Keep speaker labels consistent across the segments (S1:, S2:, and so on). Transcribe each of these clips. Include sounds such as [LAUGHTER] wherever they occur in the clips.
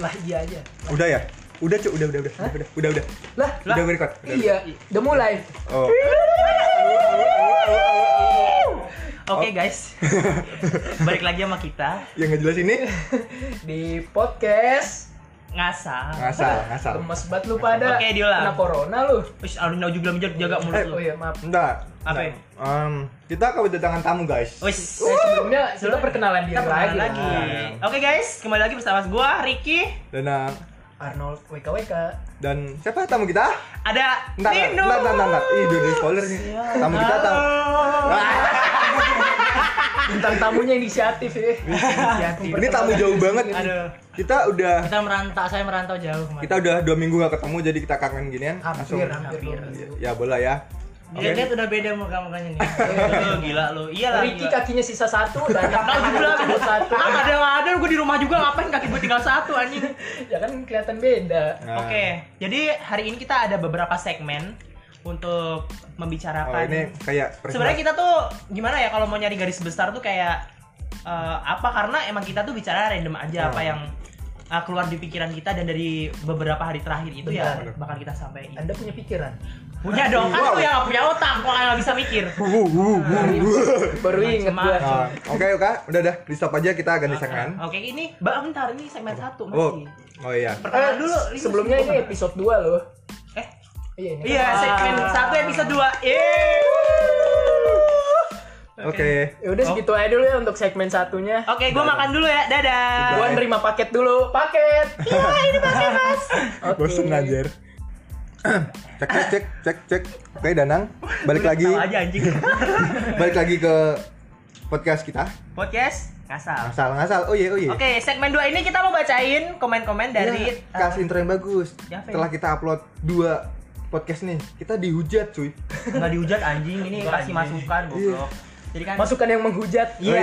S1: lah iya aja
S2: Udah ya? Udah, Cuk. Udah, udah, udah. Udah, udah, udah. udah.
S1: lah
S2: Udah nge-record, udah.
S1: iya udah mulai
S2: Oh.
S3: Oke [LAUGHS] guys, balik lagi sama kita
S2: Yang nggak jelas ini
S1: di podcast
S3: ngasal.
S2: ngasal, ngasal.
S1: lemes banget lu pada
S3: Oke, diulang.
S1: kena corona lu
S3: Wis alun nau juga menjaga jaga mulut
S2: Eh,
S3: lu.
S1: oh iya maaf
S2: Bentar.
S3: Apa?
S2: bentar. Em, kita kedatangan tamu, guys.
S3: Wis.
S1: Eh, sebelumnya kita perkenalan diri
S3: Kita perkenalan
S1: lagi,
S3: lagi.
S1: lah.
S2: Nah.
S3: Oke guys, kembali lagi bersama gua Ricky.
S2: Dan eh,
S1: Arnold WKWK
S2: dan siapa tamu kita?
S3: Ada
S2: Bentar,
S3: Nino. Iya.
S2: bentar, bentar, bentar. Ih, udah di spoiler nih. Tamu kita tamu.
S1: bintang tamunya inisiatif ya
S3: [LAUGHS]
S1: inisiatif
S2: Ini tamu jauh banget.
S3: Aduh.
S2: Kita udah
S3: Kita merantau, saya merantau jauh kemarin.
S2: kita udah dua minggu gak ketemu jadi kita kangen ginian.
S1: hampir hampir,
S3: Hampir.
S1: hampir.
S2: Ya boleh ya. Oke.
S3: Dia lihat udah beda muka-mukanya nih. Lu gila lu. Iyalah.
S1: Ricky
S3: gila.
S1: kakinya sisa
S3: [LAUGHS]
S1: satu dan
S3: Kau Iya, juga
S1: cuma satu
S3: Ah, ada ada gue di rumah juga ngapain kaki gue tinggal satu anjing.
S1: ya kan kelihatan beda
S2: Nah.
S3: Oke, jadi hari ini kita ada beberapa segmen untuk membicarakan.
S2: Oh, ini kayak
S3: Sebenarnya kita tuh gimana ya kalau mau nyari garis besar tuh kayak eh, apa? Karena emang kita tuh bicara random aja
S2: Hmm.
S3: apa yang eh, keluar di pikiran kita dan dari beberapa hari terakhir itu ya
S1: Benar.
S3: bakal kita sampaikan.
S1: anda punya pikiran
S3: Punya dong, kan lu
S2: Wow.
S3: yang gak punya otak, kok yang gak bisa mikir.
S1: baru
S3: Macem-macem.
S1: inget gua
S2: Nah, Oke, oke. Udah dah, di stop aja kita ganti segmen.
S3: Oke, ini Mbak bentar ini segmen satu
S2: Oh.
S3: masih.
S2: Oh iya.
S1: Eh,
S3: Pertama dulu ini
S1: sebelumnya ini
S3: sebelum-
S1: episode 2 loh.
S3: Eh,
S1: Iya, ini.
S3: iya segmen satu episode dua. Yeay.
S2: Oke.
S1: Ya udah segitu aja dulu ya untuk segmen satunya.
S3: Oh. Oke, gua makan dulu ya. Dadah.
S1: Gua nerima paket dulu, paket. Iya, ini paket, Mas.
S2: Bosen anjir. [CLEARS THROAT] cek cek cek cek cek. Oke, Danang, balik lagi
S3: Tahu aja anjing.
S2: balik lagi ke podcast kita.
S3: Podcast ngasal.
S2: Ngasal ngasal. Oh iya, oh iya.
S3: Oke, segmen 2 ini kita mau bacain komen-komen dari eh,
S2: Ya, kasih intro yang bagus.
S3: Ya, Fe.
S2: Setelah kita upload dua podcast nih, kita dihujat, cuy.
S3: enggak dihujat anjing, ini kasih masukan goblok. Jadi kan
S1: Masukan yang menghujat.
S3: Iya,
S2: Iya. Oh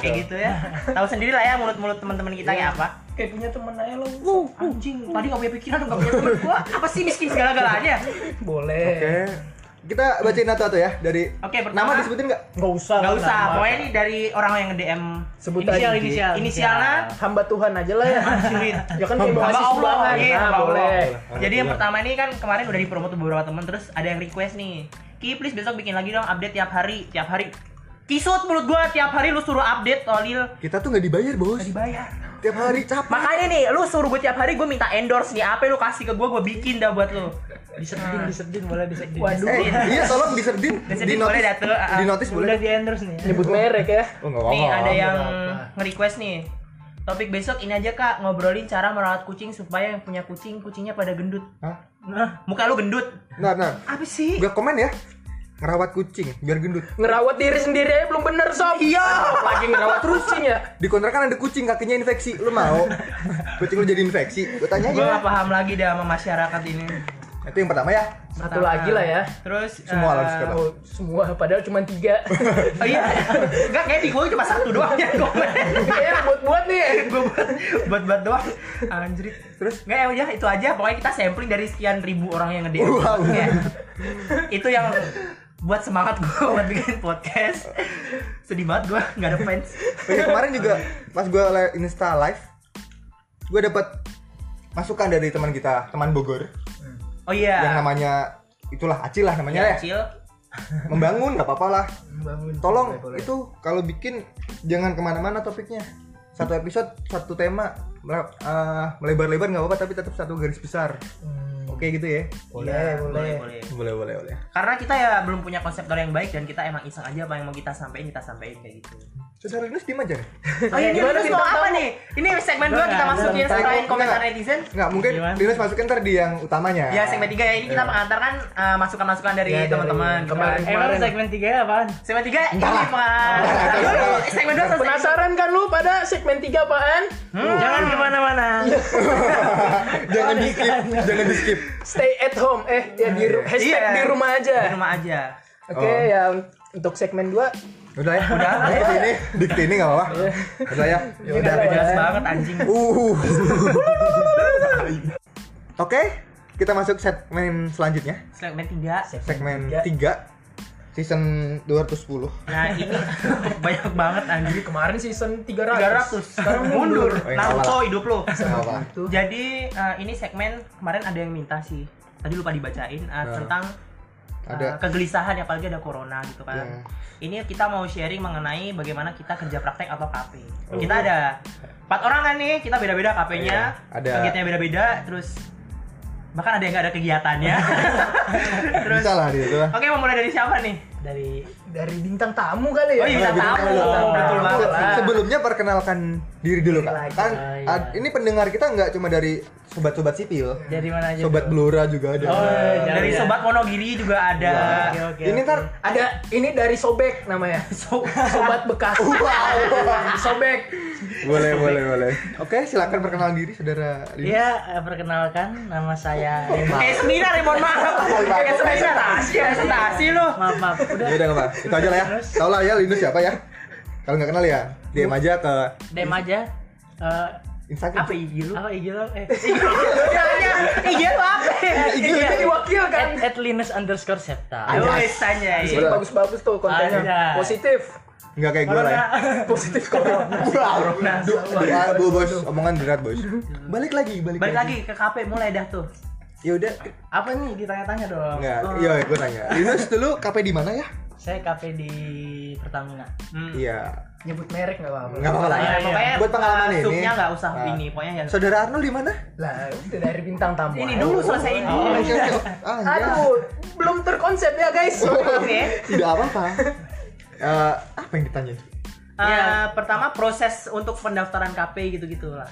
S3: kayak
S2: betul. Iya.
S3: gitu ya. Tahu sendiri lah ya mulut-mulut teman-teman kita kayak apa.
S1: Kayak punya temen aja lo.
S3: Anjing, tadi gak punya pikiran, gak punya teman gua. Apa sih miskin segala-galanya?
S1: Boleh.
S2: Oke. Kita bacain satu-satu ya dari
S3: Oke, pertama-
S2: nama disebutin nggak?
S1: Nggak usah.
S3: Gak
S1: lah,
S3: usah,
S1: nama.
S3: pokoknya ini dari orang yang nge-DM
S1: Sebut
S3: inisial,
S1: aja.
S3: inisial. Inisialnya
S1: Hamba Tuhan aja lah ya.
S3: Sulit.
S1: ya kan kayak mau
S3: Hamba
S1: ngasih
S3: Allah,
S1: sumbangan.
S3: iya,
S1: Nah,
S3: Hamba
S1: boleh.
S3: Allah. Jadi yang pertama ini kan kemarin udah dipromo tuh beberapa teman terus ada yang request nih. Ki please besok bikin lagi dong update tiap hari, tiap hari. Kisut mulut gua tiap hari lu suruh update Tolil.
S2: Kita tuh nggak dibayar, Bos.
S3: Gak dibayar.
S2: Tiap hari capek.
S3: Makanya nih lu suruh gua tiap hari gua minta endorse nih apa lu kasih ke gua gua bikin dah buat lu.
S1: Disedin, disedin, boleh disedin.
S3: Waduh.
S2: Eh, iya tolong diserdin.
S3: Jadi boleh dah tuh. ah, ah.
S2: Di notis boleh.
S4: Udah di endorse nih.
S1: Nyebut merek ya.
S2: Oh, enggak
S3: Nih ada yang nge-request nih. Topik besok ini aja Kak, ngobrolin cara merawat kucing supaya yang punya kucing kucingnya pada gendut.
S2: Hah?
S3: Nah, muka lu gendut.
S2: Nah, nah.
S3: Apa sih?
S2: Gak komen ya. Ngerawat kucing biar gendut.
S1: Ngerawat diri sendiri aja belum bener, Sob. Iya. Lagi ngerawat kucing ya.
S2: Di kontrakan ada kucing kakinya infeksi. Lu mau? kucing lu jadi infeksi. Gue tanya
S1: Iya.
S3: Gue
S2: aja.
S3: gak paham lagi dah sama masyarakat ini.
S2: Itu yang pertama ya.
S1: Satu
S3: Pertama.
S1: lagi lah ya.
S3: Terus
S2: Semua
S3: eh,
S2: lah sekarang.
S1: Oh, semua padahal cuma tiga. [LAUGHS]
S3: Oh iya. Enggak kayak di gua cuma satu doang ya komen.
S1: Kayaknya buat-buat Iya, nih.
S3: Gua buat buat buat doang. Anjir. Terus enggak ya udah itu aja pokoknya kita sampling dari sekian ribu orang yang nge-DM.
S2: Wow.
S3: Ya. Itu yang buat semangat gua [LAUGHS] buat bikin podcast. Sedih banget gua nggak ada fans.
S2: Oh iya, kemarin juga pas gue Insta live, gue dapat masukan dari teman kita, teman Bogor,
S3: Oh
S2: yang
S3: iya.
S2: namanya itulah Acil lah namanya ya.
S3: kecil.
S2: Membangun nggak apa-apa lah.
S1: Bangun.
S2: Tolong itu kalau bikin jangan kemana-mana topiknya. Satu episode, satu tema, mele- eh, melebar-lebar nggak apa-apa tapi tetap satu garis besar. Oke gitu ya.
S1: Boleh, boleh.
S2: Boleh, boleh, boleh.
S3: Iya, Karena kita ya belum punya konseptor yang baik dan kita emang iseng aja apa yang mau kita sampaikan kita sampaikan kayak gitu.
S2: Saudara Linus diem aja.
S3: Oh iya,
S1: Gimana
S3: terus
S1: sih,
S3: mau
S1: Bang?
S3: apa nih? Ini segmen 2 kita
S4: Nggak,
S3: masukin
S2: nggak,
S3: selain
S2: nggak.
S3: komentar netizen.
S2: Enggak, mungkin
S4: Gimana?
S2: Linus masukin ntar di Iya, yang utamanya.
S3: Ya segmen 3 ya, ini kita mengantarkan eh, masukan-masukan dari
S1: Ya, dari
S3: teman-teman. gitu.
S1: kemarin.
S4: Emang Eh, segmen 3 apaan?
S3: Segmen 3 ini Pak. Dulu segmen 2 selesai.
S1: Penasaran kan lu pada segmen 3 apaan?
S4: Hmm, Jangan kemana-mana.
S2: [LAUGHS] jangan di skip, jangan di skip.
S1: Stay at home. Eh, ya di ru- hashtag
S3: Iya.
S1: di rumah aja.
S3: Di rumah aja.
S1: Oke,
S2: Oh.
S1: ya un- untuk segmen 2
S2: Udah ya, udah. Dikti ini, dikti ini nggak apa-apa. Udah ya, udah.
S3: Udah jelas banget anjing.
S2: Uh. [LAUGHS] Oke, kita masuk segmen selanjutnya.
S3: Segmen 3.
S2: Segmen
S1: Tiga.
S2: 3 season 210
S4: Nah ini banyak banget anjir.
S1: Jadi kemarin season 300.
S4: 300 [LAUGHS] sekarang mundur.
S2: Oh, iya,
S4: Naruto
S2: salah.
S4: hidup lo.
S2: apa
S4: Jadi eh, ini segmen kemarin ada yang minta sih. Tadi lupa dibacain eh, tentang eh,
S2: Nah. Ada.
S4: kegelisahan apalagi ada corona gitu kan.
S2: Iya.
S4: Ini kita mau sharing mengenai bagaimana kita kerja praktek atau KP.
S3: Oh.
S4: Kita ada empat orang kan nih, kita beda-beda KP-nya.
S2: Iya, ada.
S4: Kegiatannya beda-beda terus bahkan ada yang nggak ada
S2: [LAUGHS]
S4: kegiatannya. terus
S2: bisa lah dia tuh lah
S4: Oke, mau mulai dari siapa nih?
S3: dari
S1: Dari bintang tamu kali ya.
S4: Oh, iya, bintang
S2: Bintang
S4: tamu.
S2: tamu.
S4: Betul banget
S2: Se-
S4: lah.
S2: sebelumnya perkenalkan diri dulu kak
S3: Lagi,
S2: kan
S3: oh, iya.
S2: ad- ini pendengar kita nggak cuma dari sobat-sobat sipil
S3: dari mana aja?
S2: sobat
S3: tuh?
S2: blora juga ada
S3: iya. Oh, iya, jauh
S4: dari
S3: ya.
S4: Sobat Monogiri juga ada.
S3: Oke, oke,
S2: Iya. ini
S3: oke.
S2: ntar
S1: Ada ini dari Sobek namanya.
S4: So- [LAUGHS]
S1: Sobat bekas. [LAUGHS] Sobek.
S2: boleh boleh boleh oke silakan perkenalan diri saudara Lina.
S4: Iya,
S3: Ya, eh, perkenalkan nama saya
S2: Oh,
S4: Kayak seminar ya, mohon maaf. Kayak seminar. Presentasi lu.
S3: Maaf, maaf. Udah
S2: ya udah nggak apa itu aja lah ya tau lah ya Linus siapa ya kalau nggak kenal ya DM aja ke
S3: DM aja. Eh,
S2: Instagram
S4: Apa IG lu?
S3: apa IG lo? Eh,
S4: Tanya, IG Iya, lu apa?
S2: IG
S1: Ini
S2: Eh,
S1: kan?
S2: lu.
S1: diwakilkan.
S3: at, at Linus underscore Septa.
S4: Ayo, wes, tanya. iya.
S1: Ini Iya. bagus-bagus tuh kontennya.
S3: Ada.
S1: Positif. [LAUGHS]
S2: nggak kayak gue lah ya
S1: Positif corona.
S2: Wah, du- doa bu bos omongan berat bos balik lagi balik,
S4: Balik lagi ke KP mulai dah tuh.
S2: ya udah
S3: Apa nih ditanya-tanya dong?
S2: nggak
S4: Oh,
S2: iya gue tanya Linus dulu KP di mana ya
S3: Saya KP di Pertamina.
S4: Hmm.
S2: iya
S1: Nyebut merek nggak apa-apa.
S2: nggak apa-apa lah ya
S4: Nah,
S3: iya.
S4: pokoknya
S2: Buat pengalaman ini.
S4: Subnya nggak usah
S2: Ah.
S4: ini, pokoknya yang
S2: saudara Arnold di mana
S1: Lah, udah dari bintang tamu.
S4: ini
S1: aja.
S4: dulu selesai ini.
S2: oh, oke oke ah iya.
S1: Aduh, belum terkonsep ya guys.
S4: Ini ya.
S2: tidak apa-apa Eh, apa yang ditanya
S3: Iya.
S4: Eh, pertama proses untuk pendaftaran KP gitu-gitu lah.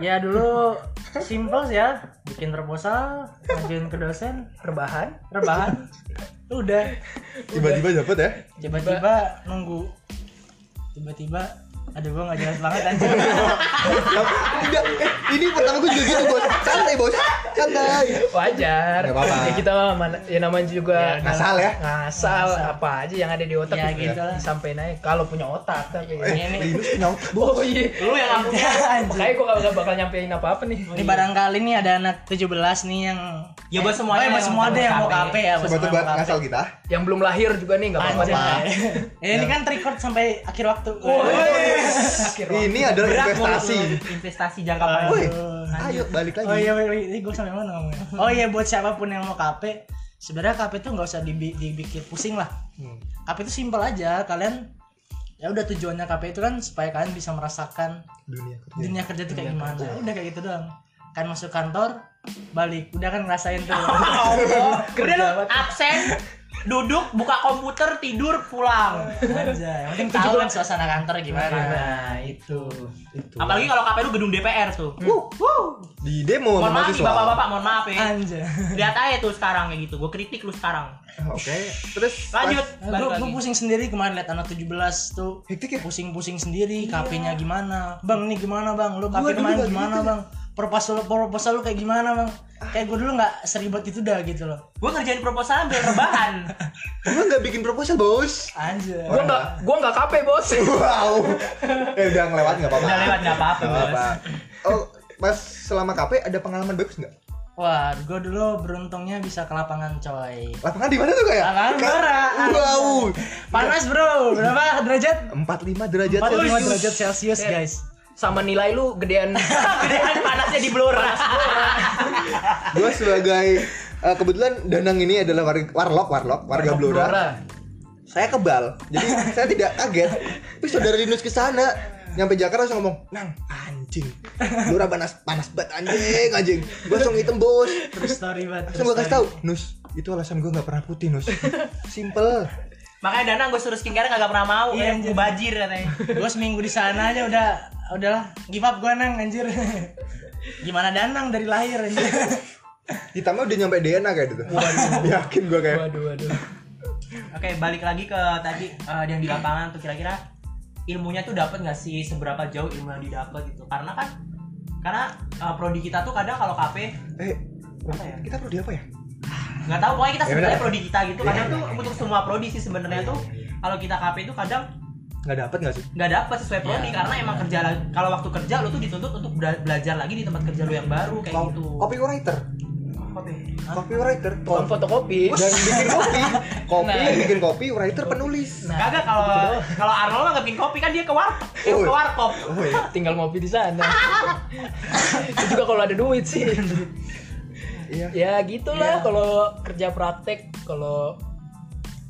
S3: Ya dulu simple sih ya, bikin proposal, ngajuin ke dosen,
S1: Rebahan.
S3: rebahan, udah.
S2: tiba-tiba dapat ya
S3: Tiba-tiba nunggu, tiba-tiba ada gua nggak jelas banget anjir.
S2: Enggak, eh, ini pertama gue juga gitu bos santai bos santai
S1: Wajar.
S2: Nggak apa-apa.
S1: Ya kita mah mana- ya namanya juga
S2: Ya, ngasal ya.
S1: Ngasal apa aja yang ada di otak
S3: Ya,
S1: itu
S3: gitu lah.
S1: disampaikan aja. Kalau punya otak tapi. Iya.
S2: eh
S3: Ini-
S2: Linus punya otak, bos
S1: Oh iya.
S4: Lu yang aku Iya.
S1: Makanya gue gak bakal nyampein apa-apa nih.
S3: Ini barangkali nih ada anak 17 nih yang
S4: Ya, buat
S3: Oh, ya,
S4: semuanya
S3: buat
S4: yang
S3: semua
S4: mau
S3: deh yang mau
S4: KP.
S3: KP ya, buat semua
S2: sobat-sobat
S3: yang mau KP.
S2: ngasal kita
S1: Yang belum lahir juga nih gak apa-apa.
S3: Anjay. Ya, ini
S2: Iya.
S3: kan record sampai akhir waktu. [LAUGHS]
S1: iya.
S2: ini adalah investasi Ah,
S4: investasi jangka panjang.
S2: Woi,
S3: Aduh,
S2: ayo balik lagi
S3: Oh iya, wait, wait, ini gue sampai mana ngomongnya? Oh iya, buat siapapun yang mau KP, sebenarnya KP tuh nggak usah dibi- dibikin pusing lah.
S2: Hmm,
S3: KP itu simpel aja, kalian ya udah tujuannya KP itu kan supaya kalian bisa merasakan
S2: Iya, dunia kerja
S3: dunia kerja itu kayak gimana. Udah kayak gitu doang. Kan masuk kantor, balik, udah kan ngerasain tuh. [LAUGHS]
S4: Udah lu absen, duduk, buka komputer, tidur, pulang.
S3: aja. Yang penting tahu kan suasana kantor gimana.
S1: Nah, itu.
S2: itu
S4: Apalagi kalau KPU gedung DPR tuh.
S2: Wuh, wuh. di demo sama
S4: Mohon maaf nih
S2: mahasiswa
S4: bapak-bapak, mohon maaf ya.
S3: Anjay.
S4: Lihat aja tuh sekarang kayak gitu. Gue kritik lu sekarang.
S2: oke terus
S4: Lanjut. balik
S3: Gue
S4: lagi.
S3: pusing sendiri kemarin lihat anak 17 tuh
S2: hektik ya
S3: pusing-pusing sendiri KP-nya
S4: Iya.
S3: gimana bang ini gimana bang lu
S2: Gua
S3: KP
S2: dulu
S3: kemarin
S2: nggak
S3: gimana
S2: gitu.
S3: bang proposal proposal lu kayak gimana bang kayak gue dulu nggak seribet itu dah gitu loh
S4: Gue ngerjain proposal ambil
S3: [LAUGHS]
S4: rebahan.
S2: gua nggak bikin proposal bos
S3: anjir
S1: Gue gak, gue gak kape bos.
S2: wow eh udah ngelewat nggak apa-apa
S4: Udah lewat nggak apa-apa.
S2: Nggak apa-apa. oh mas selama KP ada pengalaman bagus nggak
S3: wah gue dulu beruntungnya bisa ke lapangan coy
S2: lapangan di mana tuh kayak
S3: Lapangan Blora.
S2: wow
S3: panas bro berapa derajat
S2: 45 derajat
S3: 45
S2: Celcius.
S3: derajat celcius
S4: Iya. [LAUGHS]
S3: guys
S1: Sama nilai lu gedean.
S4: Gedean panasnya di blur.
S2: gue sebagai eh, kebetulan Danang ini adalah war- warlock warlock warga Blora. Saya kebal, jadi saya tidak kaget. Tapi saudara Linus ke sana, nyampe Jakarta langsung ngomong, Nang, anjing, Blora panas panas banget anjing anjing. Gue langsung hitam bos.
S3: terus story banget
S2: Langsung gue kasih tahu, Nus, itu alasan gue nggak pernah putih Nus. [LAUGHS] Simple.
S4: Makanya Danang gue suruh skincare kagak pernah mau.
S3: Iya,
S4: Iya, gue
S3: anjir.
S4: bajir
S3: [LAUGHS]
S4: katanya.
S3: gue seminggu di sana aja udah udahlah give up gue nang anjir gimana danang dari lahir [LAUGHS] anjir
S2: Hitamnya udah nyampe DNA kayak gitu. [LAUGHS] Yakin gue kayak.
S1: Waduh, waduh.
S4: Oke, balik lagi ke tadi eh, yang di lapangan tuh kira-kira ilmunya tuh dapat nggak sih seberapa jauh ilmu yang didapat gitu? Karena kan karena eh, prodi kita tuh kadang kalau KP
S2: Eh,
S4: Apa ya?
S2: kita perlu di apa ya?
S4: nggak tahu pokoknya kita
S2: Ya
S4: sebenarnya
S2: udah.
S4: prodi kita gitu kadang
S2: Iya,
S4: tuh untuk semua prodi sih sebenarnya tuh kalau kita KP itu kadang
S2: Nggak dapet nggak sih?
S4: nggak dapat sesuai prodi
S2: Iya.
S4: karena emang kerja la- kalau
S3: Eh,
S4: waktu kerja lo tuh dituntut untuk bela- belajar lagi di tempat kerja lo yang baru kayak
S2: Kau-
S4: gitu
S2: Copywriter.
S4: kopi
S2: copywriter
S1: Bukan fotokopi.
S2: dan bikin kopi kopi
S1: Nah.
S2: bikin kopi writer penulis
S3: Nah,
S4: kagak
S2: gitu
S4: kalau kalau Arnold nggak bikin kopi kan dia ke warteg dia ke
S2: Oh.
S4: warkop
S2: oh iya
S1: Tinggal ngopi
S3: [LAUGHS]
S1: di sana. Itu juga kalau ada duit sih.
S2: iya
S1: Ya gitulah kalau kerja praktek, kalau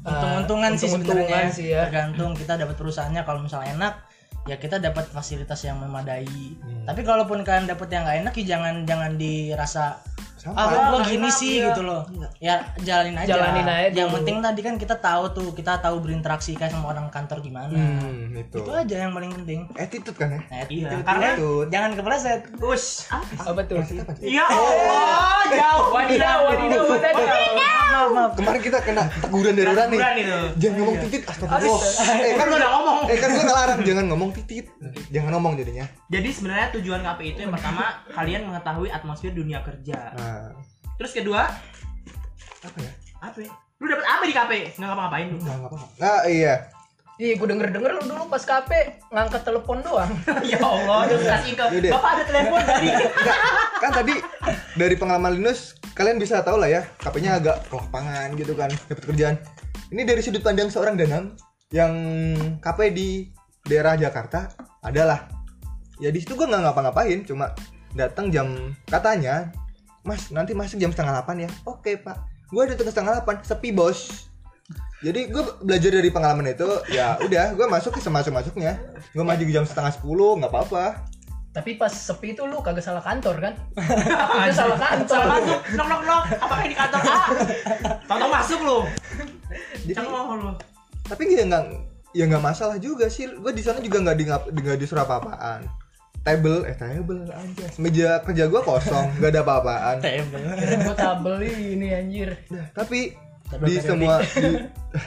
S1: eh,
S3: untung-untungan sih
S1: untung-untungan
S3: sebenarnya
S1: sih ya.
S3: tergantung kita dapat perusahaannya kalau misalnya enak ya kita dapat fasilitas yang memadai tapi kalaupun kalian dapat yang nggak enak ya jangan jangan dirasa ah kok
S2: sama
S3: gua
S4: nggak
S3: gini
S4: enak,
S3: sih
S4: iya.
S3: gitu loh ya jalanin aja
S1: Jalanin aja
S3: yang
S1: dulu.
S3: penting tadi kan kita tahu tuh kita tahu berinteraksi kan sama orang kantor gimana
S2: hmm, itu
S3: itu aja yang paling penting
S2: attitude kan ya
S3: Nah,
S4: Iya,
S3: itu-
S4: karena-
S3: itu. jangan kepleset.
S4: us
S1: Apa tuh?
S2: Maksudnya apa sih?
S4: ya Allah jauh
S1: Wadidaw,
S3: Iya.
S1: wadidaw, wadidaw.
S3: Maaf, maaf.
S2: kemarin kita kena teguran dari Rani
S4: Teguran itu.
S2: jangan ngomong titit astagfirullah eh kan
S4: Kan udah ngomong.
S2: eh kan gue ngelarang jangan ngomong titit jangan ngomong jadinya
S4: Jadi sebenarnya tujuan KPI itu yang pertama kalian mengetahui atmosfer dunia kerja.
S2: nah,
S4: Terus kedua,
S2: apa ya
S4: apa? ya? Lu dapat apa di KPI? Nggak ngapa-ngapain lu.
S2: nggak apa-apa ah iya
S1: Ih, gue denger-denger lu dulu pas kafe ngangkat telepon doang.
S4: [LAUGHS] ya Allah,
S2: Iya.
S4: terus kasih ke
S2: Yaudah.
S4: Bapak ada telepon dari.
S2: Enggak, kan tadi dari pengalaman Linus kalian bisa tahu lah ya KP-nya agak ke lapangan gitu kan dapat kerjaan ini dari sudut pandang seorang danang yang KP di daerah Jakarta adalah ya di situ gua nggak ngapa-ngapain cuma datang jam katanya Mas nanti masuk jam setengah delapan ya oke pak gua datang setengah delapan sepi bos jadi gue belajar dari pengalaman itu ya udah gue masuk ke semasuk masuknya gue maju ke jam setengah sepuluh nggak apa-apa
S1: [LAUGHS] Tapi pas sepi itu lu kagak salah kantor kan? Itu salah kantor.
S4: Salah masuk, nok nok nok. Apakah di kantor A? Tonton masuk lu.
S2: Jadi-
S4: Cengok lu.
S2: tapi ya nggak ya nggak masalah juga sih gue di sana juga nggak di nggak disuruh apa-apaan table eh table aja meja kerja gue kosong nggak ada
S4: [LAUGHS]
S2: apa-apaan
S1: Gue tabel ini anjir.
S2: Nah, tapi
S1: Table
S2: di
S1: periodic.
S2: semua di, [LAUGHS]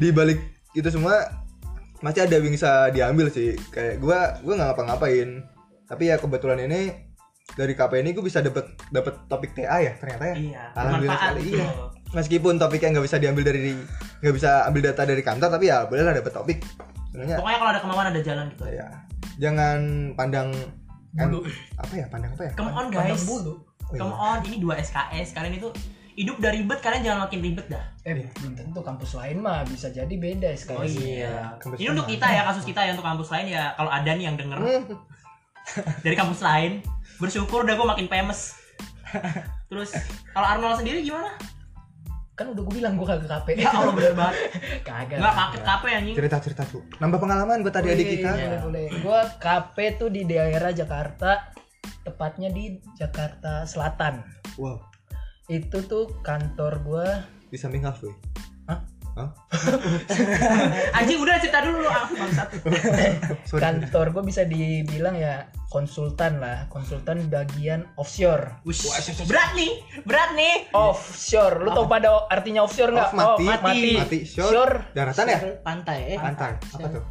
S2: di balik itu semua masih ada yang bisa diambil sih kayak gue gue nggak ngapa-ngapain tapi ya kebetulan ini dari KP ini gue bisa dapet dapet topik TA ya ternyata ya
S4: Iya,
S2: alhamdulillah
S4: bermanfaat
S2: sekali
S4: gitu.
S2: iya meskipun topiknya nggak bisa diambil dari nggak bisa ambil data dari kantor tapi ya bolehlah dapet topik sebenarnya
S4: Pokoknya kalau ada kemauan ada jalan gitu.
S2: ya jangan pandang kan,
S1: Bulu.
S2: apa ya pandang apa ya
S3: Kan-
S4: Come on
S1: Pandang
S4: guys.
S1: bulu.
S2: Oh, iya.
S4: Come on, ini dua SKS. Kalian itu hidup dari ribet, kalian jangan makin ribet dah.
S1: Eh, belum tentu kampus lain mah bisa jadi beda
S4: Oh
S1: sekarang.
S4: iya.
S2: Kampus
S4: Ini untuk
S2: lain.
S4: kita ya, kasus kita ya untuk kampus lain ya. Kalau ada nih yang denger
S2: Hmm,
S4: dari kampus lain, bersyukur udah gue makin famous. Terus kalau Arnold sendiri gimana?
S1: Kan udah gue bilang gue kagak KP.
S4: Ya Allah bener banget.
S1: [LAUGHS] kagak.
S4: Enggak paket kape anjing.
S2: cerita cerita tuh nambah pengalaman buat adik adik kita
S1: Iya, Boleh, boleh. Gue KP tuh di daerah Jakarta, tepatnya di Jakarta Selatan.
S2: wow
S1: Itu tuh kantor gue.
S2: di samping halfway
S1: Hah?
S2: Hah?
S4: Anjing udah cerita dulu lu ah bangsat.
S2: Sorry, sorry.
S1: Kantor gue bisa dibilang ya konsultan lah, konsultan bagian offshore.
S4: Wush, Oh, berat nih, berat nih.
S1: Offshore, lu tau pada artinya offshore nggak?
S2: Off mati,
S1: Oh, mati.
S2: mati. Shore, daratan ya?
S3: Pantai eh.
S2: Pantai, apa tuh?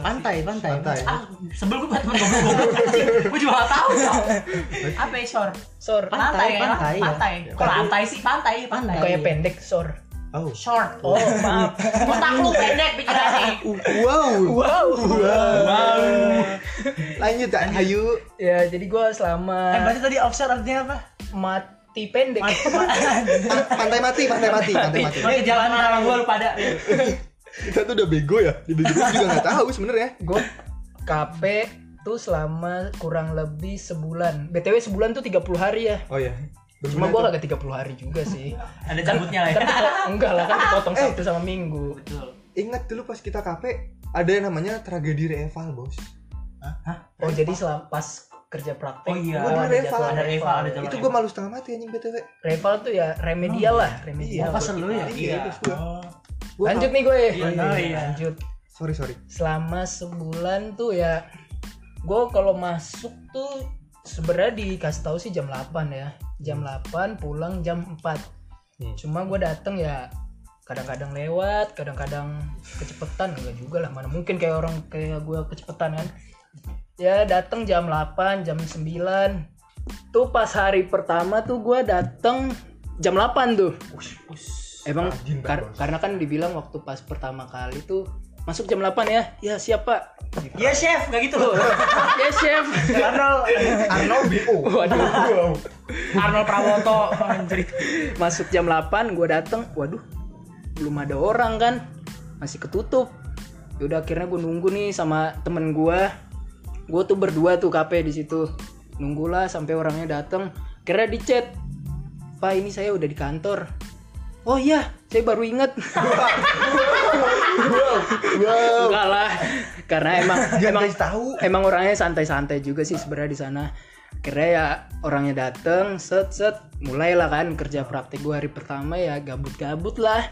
S3: Pantai, pantai.
S2: Pantai.
S4: Ah, sebel gue buat temen
S3: [LAUGHS]
S4: gue goblok anjing. Gue juga gak tau. Apa ya, shore?
S1: Shore.
S3: Pantai,
S4: Pantai, kan?
S3: pantai, ya.
S4: Pantai. Kalau pantai sih pantai, pantai.
S1: Kayak pendek shore.
S2: Oh.
S4: Short.
S1: Oh,
S4: [LAUGHS]
S1: maaf.
S4: Otak lu pendek pikirannya.
S2: Wow.
S1: wow.
S4: Wow.
S2: Lanjut ya, Hayu.
S1: Ya, jadi gue selama
S3: Eh, berarti tadi offshore artinya
S2: [LAUGHS]
S3: apa?
S1: mati pendek.
S2: Ah, Pantai mati, pantai mati, pantai mati.
S4: Oke, jalan sama gue lu pada.
S2: Kita tuh udah bego ya. Di bego juga nggak tahu sebenarnya.
S1: gue KP tuh selama kurang lebih sebulan. BTW sebulan tuh 30 hari ya.
S2: Oh ya.
S1: Cuma gue kagak 30 hari juga sih.
S4: Ada cabutnya lah ya.
S1: Kan dipotong- enggak lah kan
S4: [LAUGHS]
S1: dipotong
S4: Eh.
S1: Sabtu sama Minggu.
S4: Betul.
S2: Ingat dulu pas kita kafe ada yang namanya tragedi reval, Bos.
S1: Oh, jadi selama pas kerja praktek.
S4: Oh iya.
S1: gua
S2: Ada
S1: jadwal
S2: Reval,
S4: ada Reval, ada jadwal.
S2: Itu gue malu setengah mati anjing BTW.
S1: Reval tuh ya remedial lah, remedial.
S3: Oh, pas lu ya?
S2: Iya,
S4: Iya.
S2: pas gua.
S3: Oh.
S2: Gua
S1: lanjut nih gue.
S4: Iya, iya, iya.
S1: Lanjut.
S2: Sorry, sorry.
S1: Selama sebulan tuh ya gue kalau masuk tuh sebenarnya dikasih tahu sih jam 8 ya.
S4: Hmm.
S1: Jam 8 pulang jam 4.
S2: Hmm.
S1: Cuma gue dateng ya kadang-kadang lewat, kadang-kadang kecepetan enggak juga lah mana mungkin kayak orang kayak gue kecepetan kan. Ya dateng jam 8, jam 9. Tuh pas hari pertama tuh gue dateng jam 8 tuh. Emang
S2: Rajin banget,
S1: kar-
S2: Bos.
S1: karena kan dibilang waktu pas pertama kali tuh Masuk jam 8 ya. Ya, siap, Pak.
S4: Ya chef, nggak gitu loh.
S2: [LAUGHS]
S1: Ya, chef.
S4: Arnold,
S2: Arnold BO.
S1: Waduh.
S4: Arnold Prawoto, anjir.
S1: Masuk jam 8, gua dateng. Waduh. Belum ada orang kan. Masih ketutup. Yaudah akhirnya gue nunggu nih sama temen gua. Gue tuh berdua tuh KP di situ. Nunggulah sampai orangnya dateng. Akhirnya di chat. Pak, ini saya udah di kantor. Oh iya, saya baru ingat.
S2: Wow.
S1: [LAUGHS] Enggak lah, karena emang
S2: Jangan
S1: emang
S2: kasih tahu.
S1: emang orangnya santai-santai juga sih sebenarnya di sana. Kira ya orangnya dateng, set set, mulailah kan kerja praktik gue hari pertama ya gabut-gabut lah,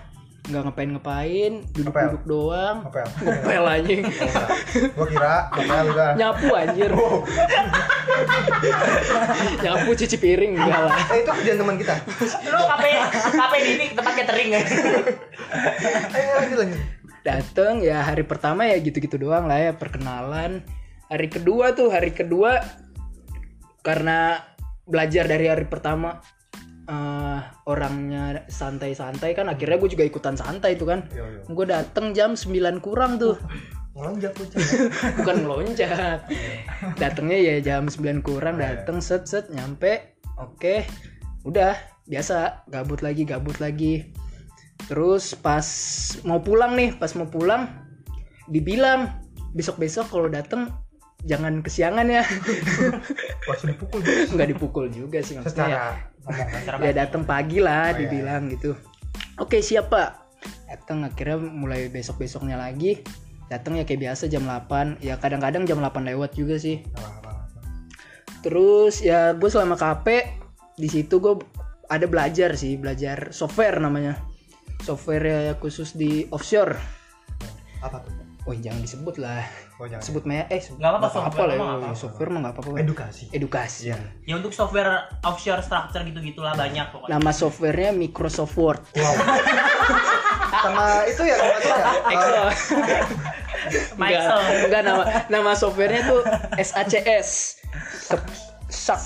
S1: nggak ngapain-ngapain, duduk-duduk doang,
S2: Ngepel.
S1: ngepel aja,
S2: ya? Gua kira ngepel udah.
S1: nyapu anjir, [LAUGHS] nyapu cuci piring enggak lah.
S2: Eh itu kerjaan teman kita.
S4: Lu kape kape di ini tempat catering ya.
S2: Ayo Eh, lanjut lanjut.
S1: dateng ya hari pertama ya gitu-gitu doang lah ya perkenalan hari kedua tuh hari kedua karena belajar dari hari pertama eh orangnya santai-santai kan akhirnya gue juga ikutan santai tuh kan
S2: Yo yo.
S1: gue dateng jam 9 kurang tuh
S2: Ngelonjak lu.
S1: bukan loncat datangnya ya jam 9 kurang dateng set set nyampe oke udah biasa gabut lagi gabut lagi terus pas mau pulang nih pas mau pulang dibilang besok besok kalau dateng jangan kesiangan ya [LAUGHS]
S2: Wah, sudah pukul.
S1: nggak dipukul juga sih maksudnya ya
S2: Secara
S1: ya datang pagi lah dibilang gitu oke siap pak datang akhirnya mulai besok besoknya lagi datang ya kayak biasa jam 8 ya kadang-kadang jam 8 lewat juga sih terus ya gue selama KP di situ gue ada belajar sih belajar software namanya software ya khusus di offshore
S2: apa tuh?
S1: oh jangan disebut lah
S2: Oh, jangan.
S1: sebut maya eh
S4: Nggak apa-apa,
S1: apa
S4: software
S1: lah
S4: mah nggak
S1: ya.
S4: apa-apa.
S1: software mah nggak apa-apa
S2: edukasi.
S1: edukasi
S2: Iya.
S4: Ya untuk software offshore structure gitu-gitulah banyak pokoknya.
S1: nama softwarenya Microsoft
S4: [LAUGHS]
S1: Word
S2: Wow. Sama itu ya, sama itu ya.
S1: Excel.
S4: Excel.
S1: Enggak, enggak nama nama softwarenya tuh SACS. Sep- Sak.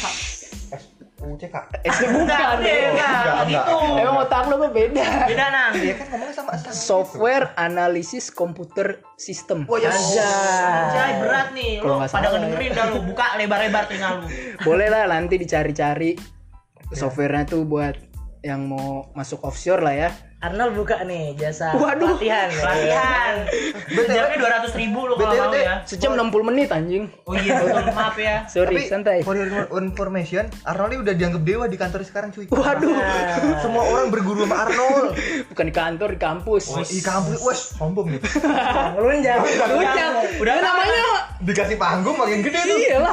S2: UCK.
S1: S bukan.
S4: Enggak, gitu.
S1: Emang otak lu mah beda.
S4: Beda nang.
S2: Dia kan ngomongnya sama sama
S1: Software Analisis Komputer System.
S4: Anjay berat nih. Lu
S1: Kalau nggak
S4: pada
S1: salah
S4: ngedengerin dah lu buka lebar-lebar tinggal lu.
S1: Boleh lah nanti dicari-cari Ya. softwarenya tuh buat yang mau masuk offshore lah ya.
S3: Arnold buka nih jasa
S1: Waduh.
S3: latihan.
S4: Latihan. Jamnya 200 ribu lu kalau
S2: BTW,
S4: mau ya.
S1: Sejam 60 menit anjing.
S4: Oh iya, betul. Maaf ya.
S1: Sorry, santai.
S2: for your information, Arnold ini udah dianggap dewa di kantor sekarang cuy.
S1: [LAUGHS] Waduh,
S2: Semua orang berguru sama
S4: [LAUGHS]
S2: Arnold.
S1: bukan di kantor, di kampus.
S2: Di kampus, wes sombong nih. [LAUGHS]
S3: Melunjak.
S1: Oh, iya. Udah, udah namanya.
S2: Dikasih panggung makin gede tuh.
S4: Iya.
S1: Iyalah